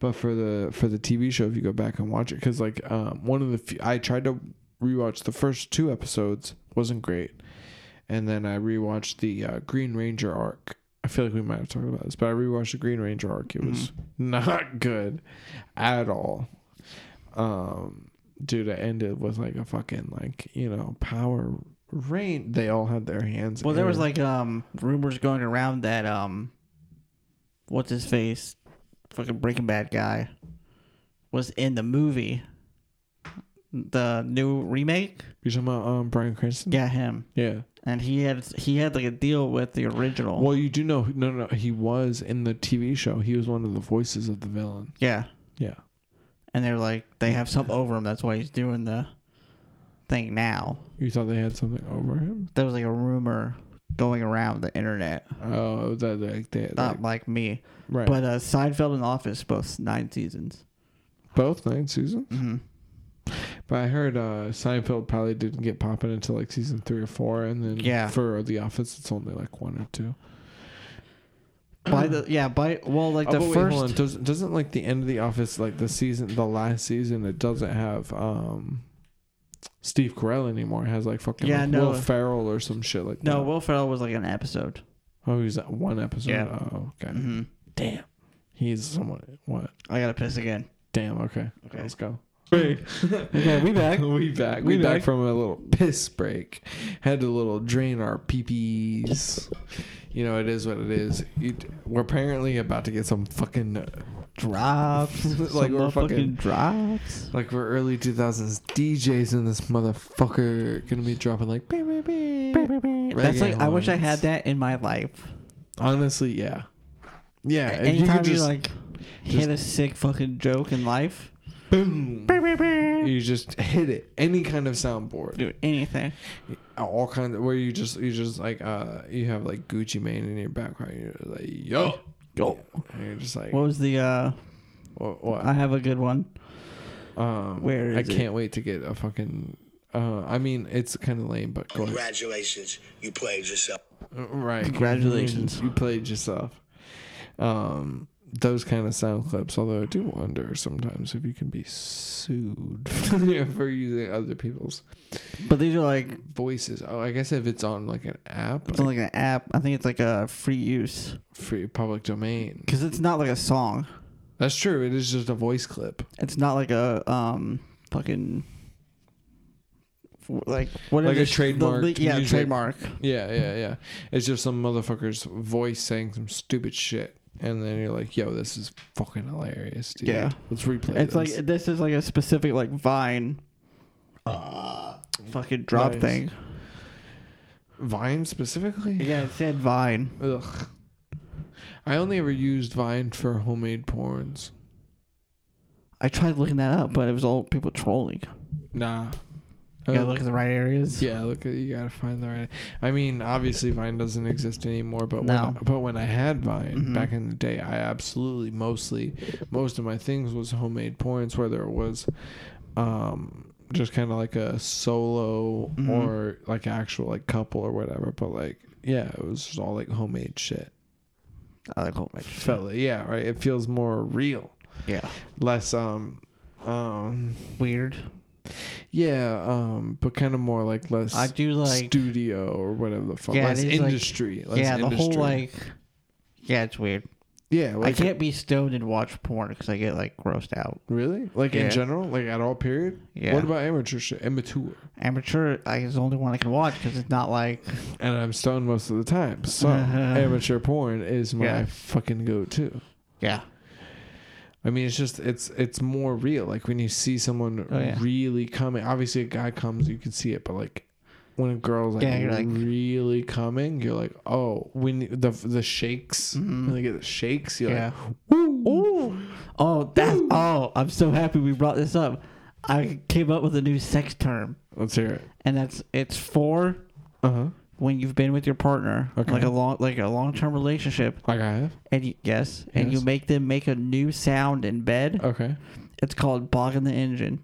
But for the for the TV show if you go back and watch it cuz like um one of the few, I tried to rewatch the first two episodes wasn't great. And then I rewatched the uh, Green Ranger arc. I feel like we might have talked about this, but I rewatched the Green Ranger arc. It was not good at all. Um, dude, it ended with like a fucking like you know power rain. They all had their hands.
Well, there was
in.
like um rumors going around that um, what's his face, fucking Breaking Bad guy, was in the movie, the new remake.
you talking about um Brian Cranston.
Yeah, him,
Yeah.
and he had he had like a deal with the original.
Well, you do know no no he was in the TV show. He was one of the voices of the villain.
yeah,
Yeah.
and they're like they have something over him. That's why he's doing the thing now.
You thought they had something over him?
There was like a rumor going around the internet,
Oh, that like they like,
not like me,
right.
Uh-huh. Uh, but uh, Seinfeld and Office both nine seasons.
Both nine seasons.
Mm-hmm.
But I heard uh, Seinfeld probably didn't get popping until like season three or four, and then
Yeah.
for The Office, it's only like one or two.
By the yeah, by well, like
oh,
the
but wait,
first.
hold on. Does, doesn't like the end of The Office, like the season, the last season, it doesn't have um Steve Carell anymore. It has like fucking
Yeah,
like,
no.
Will Ferrell or some shit like
No,
that.
Will Ferrell was like an episode.
Oh, he's at one episode.
Yeah.
Oh, okay.
Mm-hmm. Damn.
He's someone. What?
I gotta piss again.
Damn. Okay.
Okay.
Let's go. Break.
Okay, we back.
we back.
We
We, back.
back.
from a little piss break. Had a little drain our peepees. You know, it is what it is. You, we're apparently about to get some fucking
Drops.
Like
Some
we're fucking-
motherfucking drops.
like we're early 2000s DJs in this motherfucker gonna be dropping like beep, beep, beep, beep, beep,
That's
reggae
like I wish I
horns.
had that in my life.
Honestly, yeah, yeah. if you
Anytime
could
you,
just
like hit a sick fucking joke in life,
boom, you just hit it. Any kind of soundboard.
do anything.
all kinds of where you just you just like uh you have like Gucci Mane in your background. You're like yo
Yo.
And you're just like
What was the? uh
what? what?
I have a good one.
um,
where
I
is it?
can't wait to get a fucking. Uh, I mean, it's kind of lame, but go ahead.
Congratulations, you played yourself.
Uh, Right.
Congratulations.
You played yourself. Um, those kind of sound clips. Although I do wonder sometimes if you can be sued for using other people's
But these are like
voices. Oh, I guess if it's on like an app,
it's
like
like an app. I think it's like a free use
free public domain.
because it's not like a song.
That's true. It is just a voice clip.
It's not like a um fucking like what
Like
is
a
it? The
trademarked
le- yeah
music.
trademark
Yeah, yeah, yeah. It's just some motherfucker's voice saying some stupid shit, and then you're like, "Yo, this is fucking hilarious, dude."
Yeah.
let's replay.
it's like
this.
this is like a specific like vine fucking drop
Uh, Nice.
thing
Vine specifically.
yeah it said vine
Ugh. I only ever used Vine for homemade porns.
i tried looking that up but it was all people trolling
Nah. Uh,
you gotta look at the right areas
Yeah, look, at- you gotta find the right. I mean, obviously Vine doesn't exist anymore, but when
No.
I, but when I had Vine
Mhm.
back in the day, I absolutely mostly most of my things was homemade porns, whether it was, um, just kind of like a solo
Mhm.
or like actual like couple or whatever. But like, yeah, it was just all like homemade shit.
I like, oh my
Felt like- yeah, right. It feels more real,
yeah
less um, um,
weird
yeah, um, but kind of more like less.
i do like
studio or whatever the fuck.
Yeah, it
Less
is, like-
industry. less
yeah the whole
industry.
like yeah it's weird
yeah, like
i can't be stoned and watch porn because i get like grossed out
really like
Yeah.
in general, like at all period.
Yeah.
What about amateur shit? Amateur,
amateur I is the only one i can watch because it's not like
and I'm stoned most of the time, so amateur porn is my
Yeah.
fucking go-to.
yeah
I mean, it's just it's it's more real. Like when you see someone
Oh, yeah.
really coming. Obviously, a guy comes, you can see it, but like when a girl's like,
Yeah, you're like-
really coming, you're like, oh, when the the shakes, when they get the shakes, you're
Mm-hmm. Yeah.
like, woo,
Oh, that's oh! I'm so happy we brought this up. I came up with a new sex term,
let's hear it.
and that's it's for
Uh huh.
when you've been with your partner,
Okay.
like a long like a long term relationship,
Like I have.
and you yes, and
Yes. Uh.
you make them make a new sound in bed.
Okay.
It's called bogging the engine.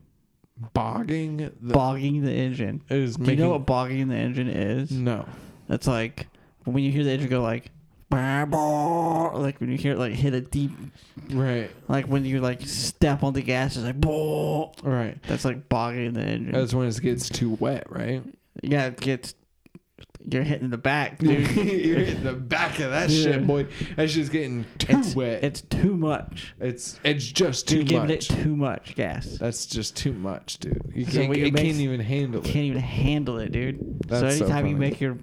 Bogging the
Bogging the engine.
is
Do
making. Mm.
you know what bogging the engine is?
no.
That's like when you hear the engine go like, "Bah, bah," like when you hear it like hit a deep,
Right.
like when you like step on the gas, it's like, "Bah."
Right.
that's like bogging the engine.
That's when it gets too wet, right?
yeah, it gets you're hitting the back,
You're
dude.
hitting the back of that
Yeah.
shit, boy. That shit's getting too
it's,
wet.
it's too much.
it's it's just
You're
too
giving
much.
it too much gas.
That's just too much, dude. You
So
can't.
what
you
it
can't
makes-
even handle it.
Can't even handle it, dude.
That's so
so anytime you
funny.
make your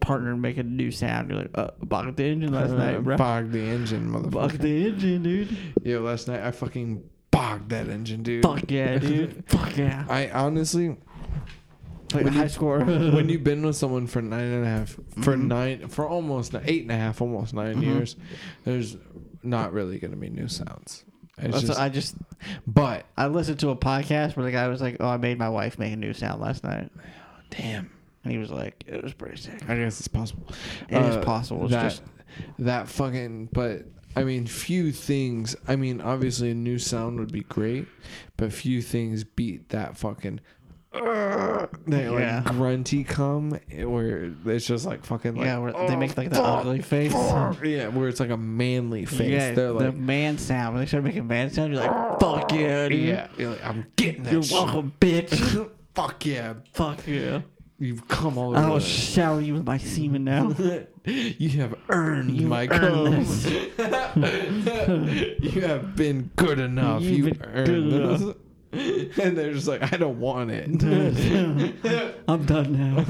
partner make a new sound, you're like, uh, bogged the engine last
Uh,
night, bro.
Bogged the engine, motherfucker.
Bogged the engine, dude.
Yeah, last night I fucking bogged that engine, dude.
Fuck yeah, dude. Fuck yeah.
I honestly,
Like high score.
when you've been with someone for nine and a half, for
Mm-hmm.
nine, for almost ni- eight and a half, almost 9 years, there's not really gonna be new sounds. It's
That's
just,
what I just
but
I listened to a podcast where the guy was like, "Oh, I made my wife make a new sound last night,"
damn,
and he was like, "It was pretty sick."
I guess it's possible.
It is possible. It's
that,
just-
that fucking. But I mean, few things. I mean, obviously, a new sound would be great, but few things beat that fucking. uh, That like
Yeah.
grunty cum where it's just like fucking like
yeah, where they make like the
fuck,
ugly face.
fuck. yeah where it's like a manly face
Yeah,
they're like
the man sound. When they start making man sound, you're like, "Fuck yeah, dude!
yeah you're like, I'm getting that
You're
shit.
welcome, bitch!
fuck yeah
Fuck yeah!
you've come all
I will
over
shower you with my semen now."
you have earned
You
my
earned
cum
this.
you have been good enough.
You've
You've,
been
earned
good
this. And they're just like, I don't want it.
I'm done now.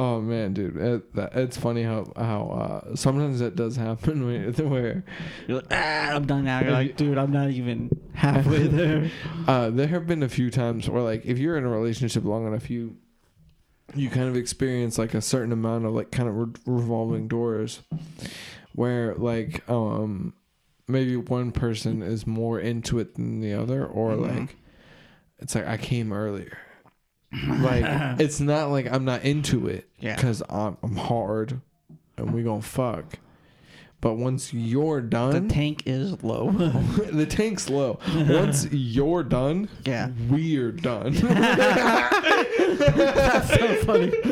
oh man, dude, it, that, it's funny how how uh, sometimes that does happen where, where
You're like, ah, I'm done now. You're like, dude, I'm not even halfway there.
uh, there have been a few times where like if you're in a relationship long enough, you you kind of experience like a certain amount of like kind of re- revolving doors where like um maybe one person is more into it than the other or
Mm-hmm.
like it's like I came earlier. Like it's not like I'm not into it
Yeah.
cuz I'm, I'm hard and we going to fuck. But once you're
The
done,
tank is low.
the tank's low. Once you're done,
Yeah.
we're done.
That's so funny.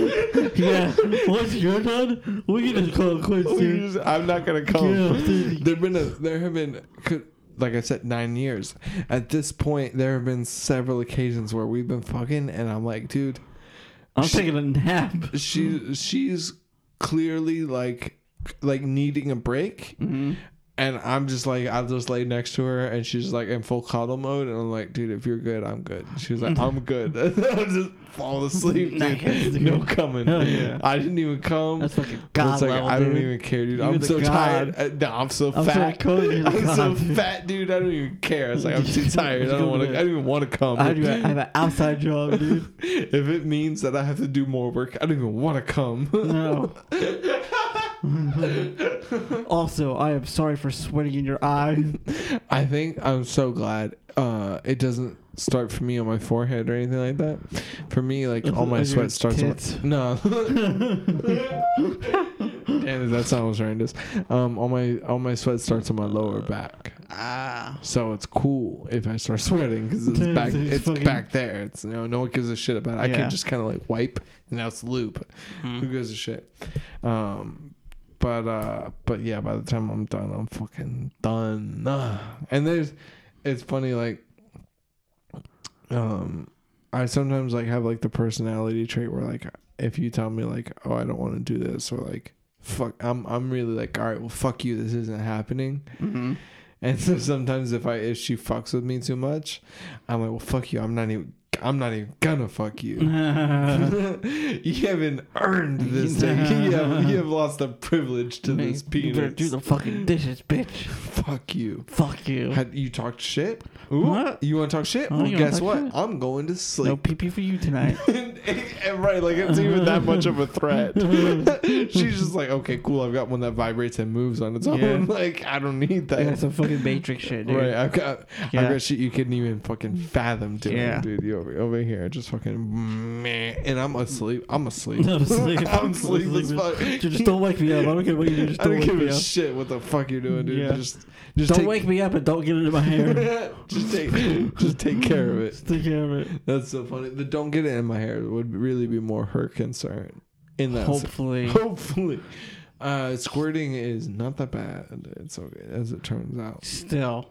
yeah. Once you're done, we can just call it quits,
We
dude.
just- I'm not gonna
Yeah,
come.
dude.
There've been a, there have been could- like I said nine years. At this point, there have been several occasions where we've been fucking, and I'm like, dude,
I'm taking a nap.
she she's clearly like like needing a break.
Mm-hmm.
And I'm just like I just lay next to her, and she's like in full cuddle mode, and I'm like, dude, if you're good, I'm good. She's like, I'm good. I just fall asleep, dude.
Nice, dude.
No coming.
Hell yeah.
I didn't even come.
That's fucking
But
god
it's like,
level,
I
dude.
don't even care, dude.
You're
I'm
the
so
god.
tired. Uh, no, I'm so
I'm so
fat.
cool, you're the
I'm so
god, dude.
fat, dude. I don't even care. It's like I'm too tired. I
Go to
don't want to.
bed.
I don't even want to come.
I do. I have an outside job, dude.
if it means that I have to do more work, I don't even want to come.
No. also, I am sorry for sweating in your eye.
I think I'm so glad uh, it doesn't start for me on my forehead or anything like that. For me, like all my
Your
sweat starts.
tits.
On, no. Damn, that sounds horrendous. Um, all my all my sweat starts on my lower back.
Ah.
So it's cool if I start sweating because it's
It's-
back.
it's
It's,
fucking-
back there. It's you know no one gives a shit about. it. I
Yeah.
can just kind of like wipe and now it's lube. Who gives a shit? Um, but uh, but yeah, by the time I'm done, I'm fucking done. Ah. And there's, it's funny like, um, I sometimes like have like the personality trait where like if you tell me like oh I don't want to do this or like fuck I'm I'm really like all right well fuck you this isn't happening.
Mhm.
And so sometimes if I if she fucks with me too much, I'm like, well, fuck you. I'm not even. I'm not even gonna fuck you. you haven't earned this thing. You have, you have lost the privilege to this
You better
penis.
do the fucking dishes, bitch.
fuck you.
Fuck you.
Had you talked shit? Ooh,
What?
You want to talk shit?
Oh,
well,
you wanna
guess
talk
what?
shit?
I'm going to
No
sleep.
pee pee for you tonight.
and and right, like it's even that much of a threat. She's just like, okay, cool. I've got one that vibrates and moves on its
Yeah.
own. Like, I don't need that.
That's some fucking Matrix shit, dude.
Right, I've got, I've
Yeah.
got shit you couldn't even fucking fathom doing,
Yeah.
dude. You over, over here, just fucking, meh, and I'm asleep. I'm asleep.
I'm asleep.
I'm asleep as fuck.
Dude, just don't wake me up. I don't care what you do. Just
I
don't
don't
wake
give
me
a
up.
shit what the fuck you're doing, dude.
Yeah.
Just, just
don't
take,
wake me up and don't get into my hair.
just take, just take care of it.
Just take care of it.
That's so funny. The don't get it in my hair would really be more her concern. In that,
Hopefully.
hopefully, uh, squirting is not that bad. It's okay, as it turns out.
Still.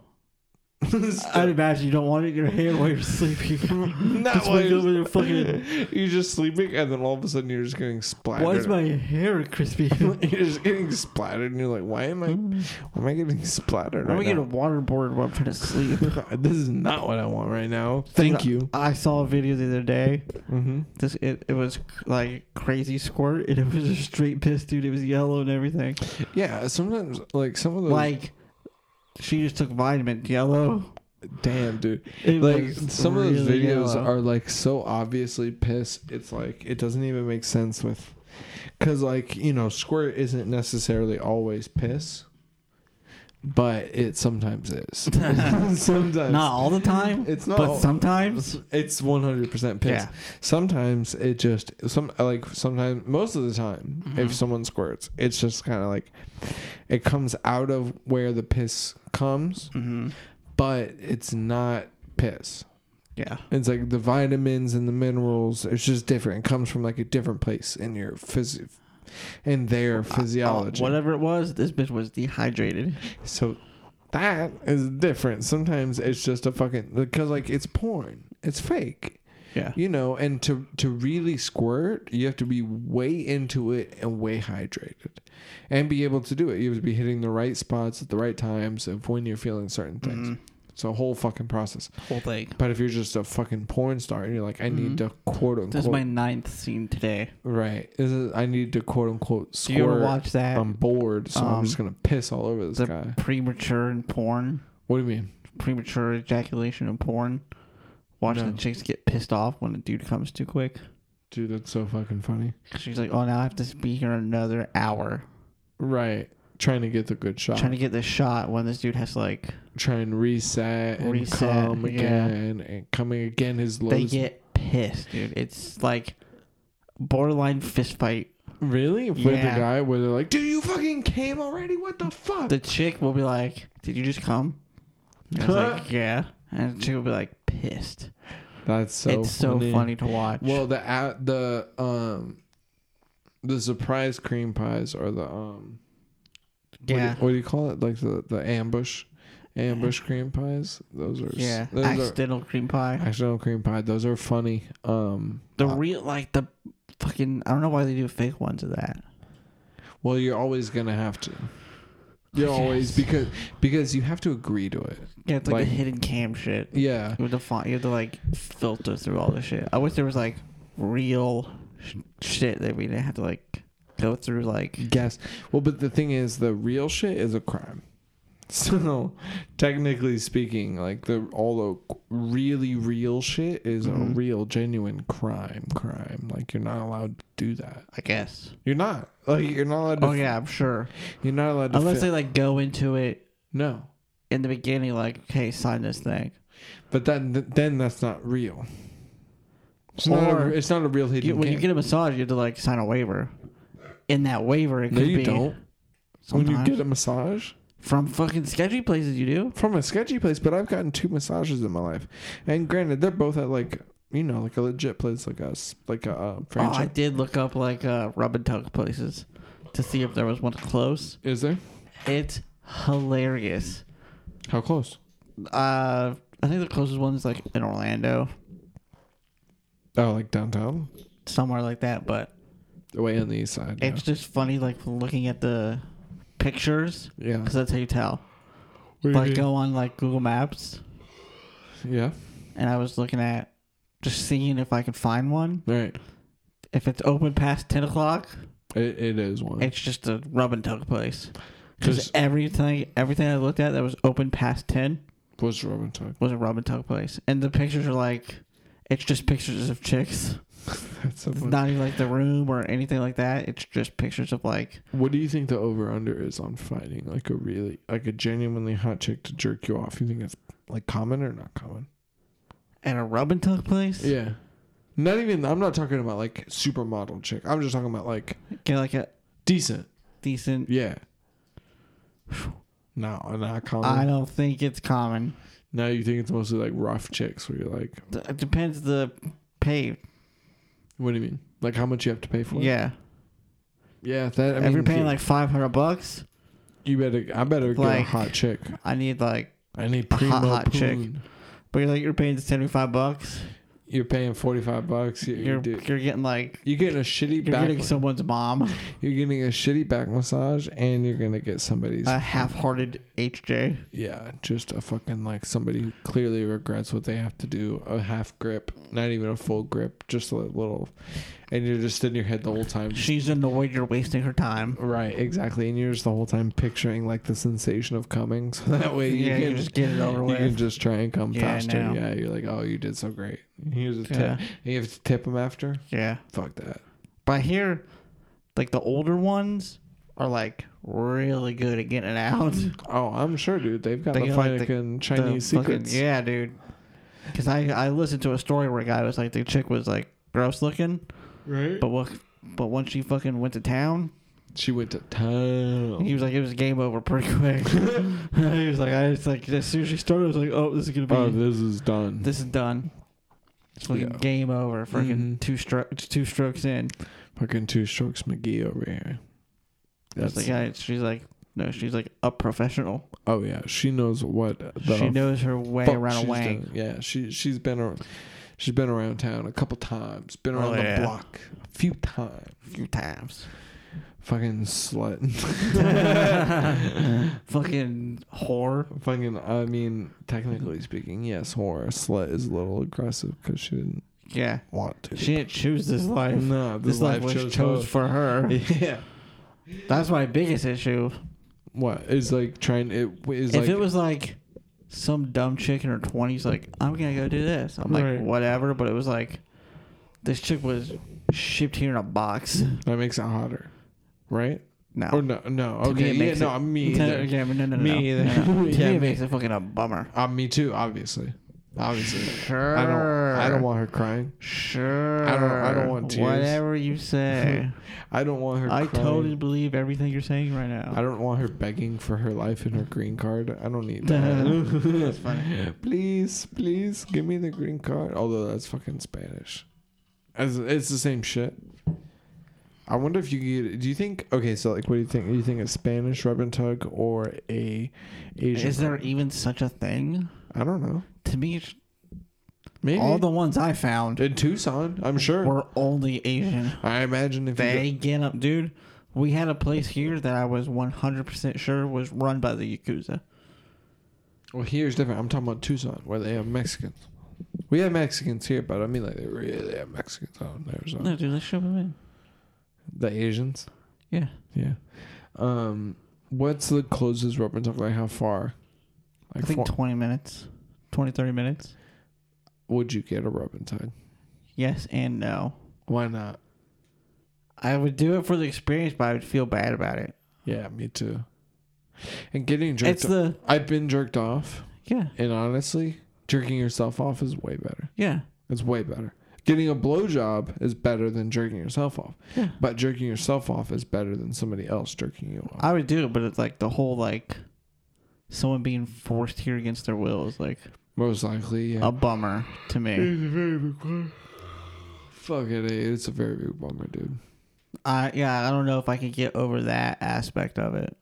I'd
So-
imagine you don't want it in your hair while you're sleeping.
Not
Just
while
wake
you're-
up and you're fucking.
You're just sleeping, and then all of a sudden you're just getting splattered.
Why is my hair crispy?
You're just getting splattered, and you're like, "Why am I? Why am I getting splattered
I'm
right now?"
gonna waterboard while I'm trying to sleep.
this is not what I want right now. Thank you.
I saw a video the other day.
Mm-hmm.
This it, it was like crazy squirt, and it was a straight piss, dude. It was yellow and everything.
Yeah, sometimes like some of those.
Like she just took vitamin yellow.
damn, dude.
It
Like
was
some of those
really
videos
yellow.
are like so obviously piss. It's like it doesn't even make sense with, because like you know, squirt isn't necessarily always piss, but it sometimes is. sometimes
not all the time.
It's not
but
all-
sometimes.
It's one hundred percent piss.
Yeah.
Sometimes it just some like sometimes most of the time
Mm-hmm.
if someone squirts, it's just kind of like it comes out of where the piss comes, but it's not piss.
Yeah.
It's like the vitamins and the minerals. It's just different. It comes from like a different place in your phys, in their physiology.
Whatever it was, this bitch was dehydrated.
So that is different. Sometimes it's just a fucking because like it's porn. It's fake.
Yeah.
You know, and to to really squirt, you have to be way into it and way hydrated, and be able to do it. You have to be hitting the right spots at the right times of when you're feeling certain things. It's a whole fucking process.
Whole thing.
But if you're just a fucking porn star and you're like, I need to quote unquote
This is my ninth scene today.
right, this is, I need to quote unquote
Do you ever
squirt.
watch that?
I'm bored, so I'm
um,
just gonna piss all over this
the
guy.
premature in porn,
What do you mean?
premature ejaculation in porn. Watching
No.
the chicks get pissed off when the dude comes too quick.
Dude, that's so fucking funny.
She's like, "Oh, now I have to be here another hour
Right. Trying to get the good shot.
trying
Trying
to get this shot when this dude has like
and reset and
Reset,
come
yeah.
again and coming again his
they
lowest.
get pissed, dude. It's like borderline fist fight.
really? With
Yeah.
the guy where they're like, dude, you fucking came already? What the fuck?
The chick will be like, "Did you just come?" And I was like, "Yeah," and the chick will be like pissed.
that's so
it's so funny. to watch.
Well, the at the um the surprise cream pies are the um
yeah, Mm.
what, do, what do you call it? Like the the ambush ambush cream pies? Those are s-
yeah,
Those are,
accidental cream pie.
accidental cream pie. Those are funny. Um
The real, like the fucking. I don't know why they do fake ones of that.
Well, you're always gonna have to. You're always because because you have to agree to it.
Yeah, it's like,
Like-
the hidden cam shit. You
Yeah.
have to find. You have to like filter through all this shit. I wish there was like real sh- shit that we didn't have to like go through. Like
Guess. Well, but the thing is, the real shit is a crime. So, technically speaking, like the all the really real shit is
Mm-hmm.
a real genuine crime. Crime. Like you're not allowed to do that.
I guess.
You're not. Like you're not allowed to.
Oh yeah, I'm sure.
You're not allowed to.
Unless
fi-
they like go into it
no.
in the beginning, like okay, sign this thing.
But then then that's not real. It's not.
Or-
A, it's not a real hidden.
You, when you
game.
get a massage, you have to like sign a waiver. In that waiver, it could
no, you
be
don't. When you get a massage.
from fucking sketchy places. You do.
from a sketchy place, but I've gotten two massages in my life. And granted, they're both at like you know like a legit place like us, like a uh,
Oh, I
franchise.
did look up like uh, rub and tug places to see if there was one close.
Is there?
It's hilarious.
How close?
Uh, I think the closest one is like in Orlando,
Oh, like downtown,
somewhere like that. But
way on the east side. Yeah.
it's just funny, like looking at the pictures,
yeah.
because that's how you tell.
What do you
Like uh,
mean?
go on like Google Maps,
yeah.
and I was looking at just seeing if I could find one.
All right.
If it's open past ten o'clock,
It, it is one.
it's just a rub and tug place. Because
Just-
everything, everything I looked at that was open past ten,
What's Robin Tuck?
was a rub and tug place, and the pictures are like, it's just pictures of chicks.
That's so
It's
funny.
not even like the room or anything like that. It's just pictures of like
What do you think the over under is on finding like a really like a genuinely hot chick to jerk you off? You think that's like common or not common?
at a rub and tuck place.
Yeah. Not even I'm not talking about like supermodel chick. I'm just talking about like
Get like a
decent.
decent.
Yeah. No, not common.
I don't think it's common.
now you think it's mostly like rough chicks where you're like,
D- It depends the pay.
what do you mean? Like how much you have to pay for it?
Yeah,
Yeah, that I
if you're
mean,
paying
you-
like five hundred bucks,
you better I better get a
like-
hot chick.
I need like.
I need
a hot,
primo
hot chick.
poon.
But you're like you're paying seventy five bucks.
You're paying 45 bucks. You,
You're
you're,
you're,
you
getting like
you're getting a shitty
you're
back
getting someone's mom
You're getting a shitty back massage, and you're gonna get somebody's
a half hearted HJ.
yeah, just a fucking like somebody who clearly regrets what they have to do. A half grip, not even a full grip, just a little, and you're just in your head the whole time. just-
She's annoyed you're wasting her time.
Right, exactly, and you're just the whole time picturing like the sensation of coming, so that way you
Yeah,
can
you just get it over
you
with.
can just try and come
Yeah, I
faster.
know.
Yeah, you're like, oh, you did so great. Here's a tip.
Yeah.
And you have to tip them after.
Yeah.
Fuck that.
But here, like the older ones are like really good at getting it out.
Oh, I'm sure, dude. They've got
They
the
got, like, the-
fucking
The
Chinese
fucking-
secrets.
yeah, dude. Because I I listened to a story where a guy was like the chick was like gross looking,
right.
but what but once she fucking went to town,
She went to town.
he was like it was game over pretty quick. he was like I just like as soon as she started, I was like oh this is gonna be
oh, this is done.
this is done. It's fucking
Yeah.
game over. Fucking
Mhm.
two strokes two strokes in.
Fucking two strokes McGee over here.
That's
That's
the guy. She's like no, she's like a professional.
oh yeah, she knows what the
she knows her way
fuck
around
she's
a wank.
doing. Yeah, she she's been around, she's been around town a couple times. Been around
Oh,
the
yeah.
block a few times.
few times.
Fucking slut.
Fucking whore.
Fucking. I mean, technically speaking, yes, whore. Slut is a little aggressive because she didn't
Yeah.
want to.
She didn't choose this life.
no,
this life, was chose,
her.
for her.
Yeah.
That's my biggest issue.
What is like trying? It is
if
like
it was like some dumb chick in her 20s, like, I'm going to go do this. I'm like,
Right.
whatever. But it was like, this chick was shipped here in a box.
that makes it hotter, right?
No.
Oh no, no,
To me,
okay,
it
yeah,
makes
no,
it-
I'm me
to-
either.
yeah, but no, no, no,
Me
no,
either.
no, no. To
Yeah,
me,
me-
it makes it fucking a bummer.
Uh, me too, obviously, obviously.
Sure.
I don't, I don't want her crying.
Sure.
I don't- I don't want tears.
Whatever you say.
I don't want her.
I
crying.
totally believe everything you're saying right now.
I don't want her begging for her life and her green card. I don't need that.
That's funny.
please, please give me the green card. Although that's fucking Spanish. As it's the same shit. I wonder if you could get. Do you think? Okay, so like, what do you think? Do you think a Spanish rub and tug or a Asian?
Is there even such a thing?
I don't know.
To me, it's-
Maybe
all the ones I found
in Tucson, I'm sure.
were only Asian.
I imagine if you go-
They get up, dude. We had a place here that I was 100% sure was run by the Yakuza.
Well, here's different. I'm talking about Tucson, where they have Mexicans. We have Mexicans here, but I mean, like, they really have Mexicans out in Arizona.
No, dude, let's shove them in.
The Asians.
Yeah.
Yeah. Um, what's the closest rub and tuck? Like, how far?
I
Like,
think
far-
20 minutes, 20, 30 minutes.
would you get a rub and tug?
Yes and no.
Why not?
I would do it for the experience, but I would feel bad about it.
Yeah, me too. And getting jerked.
It's the,
I've been jerked off,
yeah,
and honestly, jerking yourself off is way better.
yeah,
It's way better. Getting a blowjob is better than jerking yourself off.
yeah.
But jerking yourself off is better than somebody else jerking you off.
I would do it, but it's like the whole like someone being forced here against their will is like
Most likely, yeah. Mm.
a bummer to me.
It's a very big bummer. Fuck it, eh, it's a very big bummer, dude.
I yeah, I don't know if I could get over that aspect of it.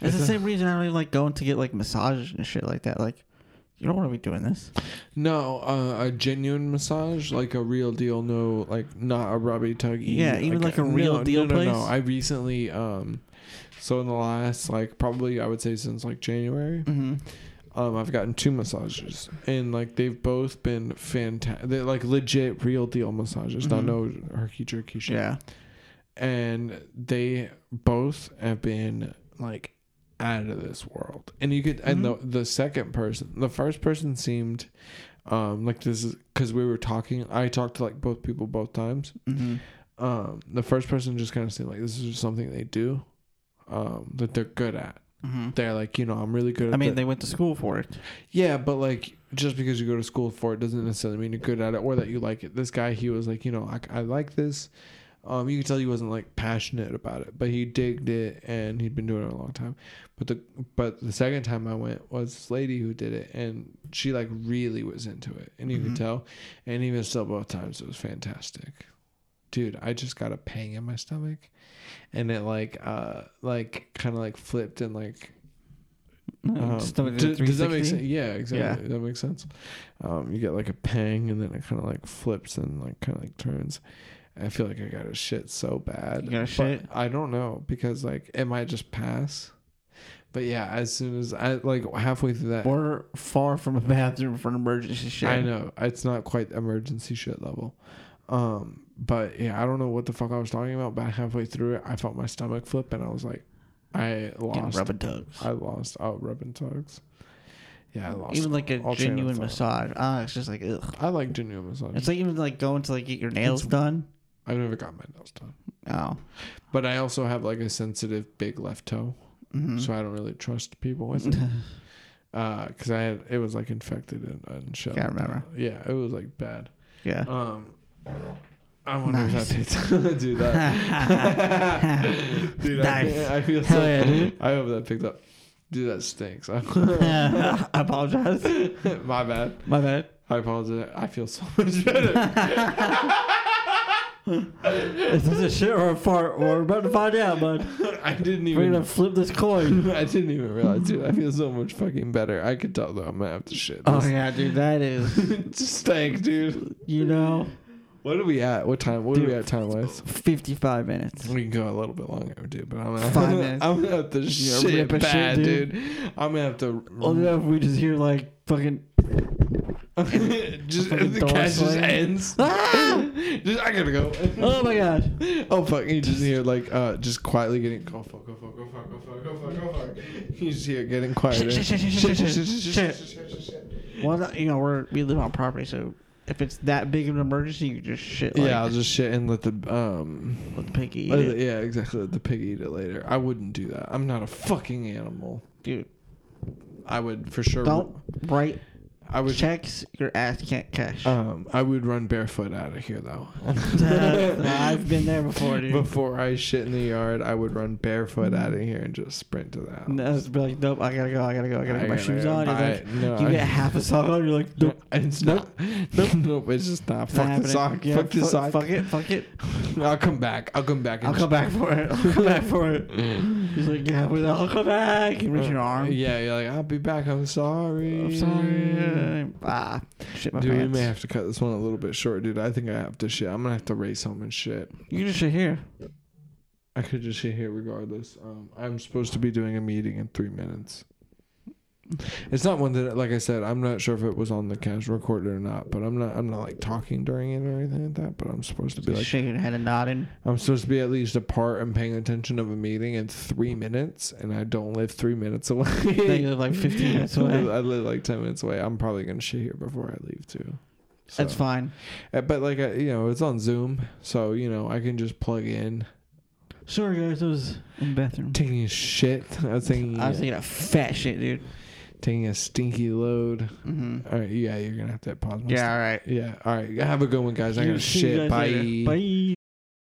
It's the
It's a-
same reason I don't even like going to get like massages and shit like that. Like, you don't want to be doing this.
No, uh, a genuine massage, like a real deal. No, like not a rubby tuggy.
Yeah, even like a real
no,
deal
No, no, no.
place?
I recently, um, so in the last like probably I would say since like January,
Mm-hmm.
um, I've gotten two massages, and like they've both been fantastic. They're like legit, real deal massages,
Mhm.
not no herky jerky shit.
Yeah,
and they both have been like out
Mm-hmm.
of this world. And you could and the the second person, the first person seemed um like this is because we were talking i talked to like both people both times
hmm
um the first person just kind of said like this is just something they do um that they're good at
hmm
they're like you know i'm really good at
I mean,
thi-
they went to school for it.
yeah but like just because you go to school for it doesn't necessarily mean you're good at it or that you like it this guy he was like you know i, I like this um you could tell he wasn't like passionate about it but he digged it and he'd been doing it a long time but the but the second time i went was this lady who did it and she like really was into it and you could tell and even still both times it was fantastic dude i just got a pang in my stomach and it like uh like kind of like flipped and like um,
Just something
d- does that make
360?
sense? Yeah, exactly. That makes sense. Um, you get like a pang, and then it kind of like flips and like kind of like turns. I feel like I got a shit so bad.
You got a
But
shit?
I don't know because like it might just pass. But yeah, as soon as I like halfway through that,
We're far from a bathroom for an emergency shit.
I know it's not quite emergency shit level. Um, but yeah, I don't know what the fuck I was talking about. But halfway through it, I felt my stomach flip, and I was like, I
Getting
lost.
rub and tugs.
I lost. Oh, rubbing tugs. Yeah, I lost.
Even like a
all train of
genuine
thought.
massage. Ah, it's just like ugh.
I like genuine massage.
It's like even like going to like get your nails done.
I've never got my nails done,
Oh,
but I also have like a sensitive big left toe,
Mhm.
so I don't really trust people with it. Because I had it was like infected and, and shit.
Can't
like that.
remember.
Yeah, it was like bad.
yeah.
Um, I wonder
Nice.
if that picked do that. dude,
Nice.
I, I feel
Hell
so.
yeah, dude.
I hope that picked up. Dude, that stinks.
I apologize.
my bad.
My bad.
I apologize. I feel so much better.
Is this a shit or a fart? We're about to find out, bud.
I didn't
We're
even.
gonna flip this coin.
I didn't even realize, dude. I feel so much fucking better. I could tell though. I'm gonna have to shit.
Oh
This
yeah, dude, that is
stank, dude.
you know
What are we at? What time? What are we
Dude.
at time wise?
fifty-five minutes.
We can go a little bit longer, dude. But I'm gonna,
Five
I'm
minutes.
gonna have to shit
rip a shit,
bad, dude.
dude.
I'm gonna have to.
Oh no, if we just hear like fucking.
just
Fucking
the
door
cash just
slam.
ends.
Ah!
Just, I gotta go.
Oh my gosh.
Oh fuck! You just hear like uh, just quietly getting go fuck, go fuck, go fuck, go fuck, go fuck, go fuck. You just hear it getting quieter.
Shit, shit, shit, shit, shit, shit, shit,
shit.
Well, not- you know we're we live on property, so if it's that big of an emergency, you just shit. Like,
yeah, I'll just shit and let the um.
let the pig eat
let
it.
the- yeah, exactly. Let the pig eat it later. I wouldn't do that. I'm not a fucking animal.
dude.
I would for sure.
Don't write
I would.
checks your ass can't cash.
Um, I would run barefoot out of here though.
I've been there before, dude.
Before I shit in the yard, I would run barefoot out of here and just sprint to the house.
And I was like, nope, I gotta go, I gotta go, I gotta
I
get my
gotta
shoes
go.
on. You're
I-
like,
no,
you
I-
get half a sock on, you're like, nope.
It's not. Nope. nope. It's just not.
not
Fuck the
happening.
sock.
Yeah,
fuck the
fu-
sock.
Fuck it, fuck it.
I'll come back. I'll come back.
I'll come back for it. I'll come back for it. He's like, yeah, but I'll come back. You reach your arm.
Uh, Yeah, you're like, I'll be back. I'm sorry.
I'm sorry. Ah, shit my
Dude, we
pants.
may have to cut this one a little bit short, dude. I think I have to shit. I'm gonna have to race home and shit.
You can just sit here.
I could just shit here regardless. Um, I'm supposed to be doing a meeting in three minutes. It's not one that, like I said, I'm not sure if it was on the cash recorder or not. But I'm not, I'm not like talking during it or anything like that. But I'm supposed to be like,
shaking your head and nodding.
I'm supposed to be at least a part and paying attention of a meeting in three minutes, and I don't live three minutes away.
Now you live like 15 minutes
I
away.
live- I live like ten minutes away. I'm probably gonna shit here before I leave too. So-
That's fine.
Uh, But like I, you know, it's on Zoom, so you know I can just plug in.
Sorry, guys, I was in the bathroom.
Taking a shit, I was taking
I was thinking of fat shit, dude.
taking a stinky load.
Mm-hmm.
All right, yeah, you're gonna have to pause. my
Yeah, all right.
stuff. yeah. All right, have a good one, guys. I
You
gotta
see you
shit.
guys later. Bye.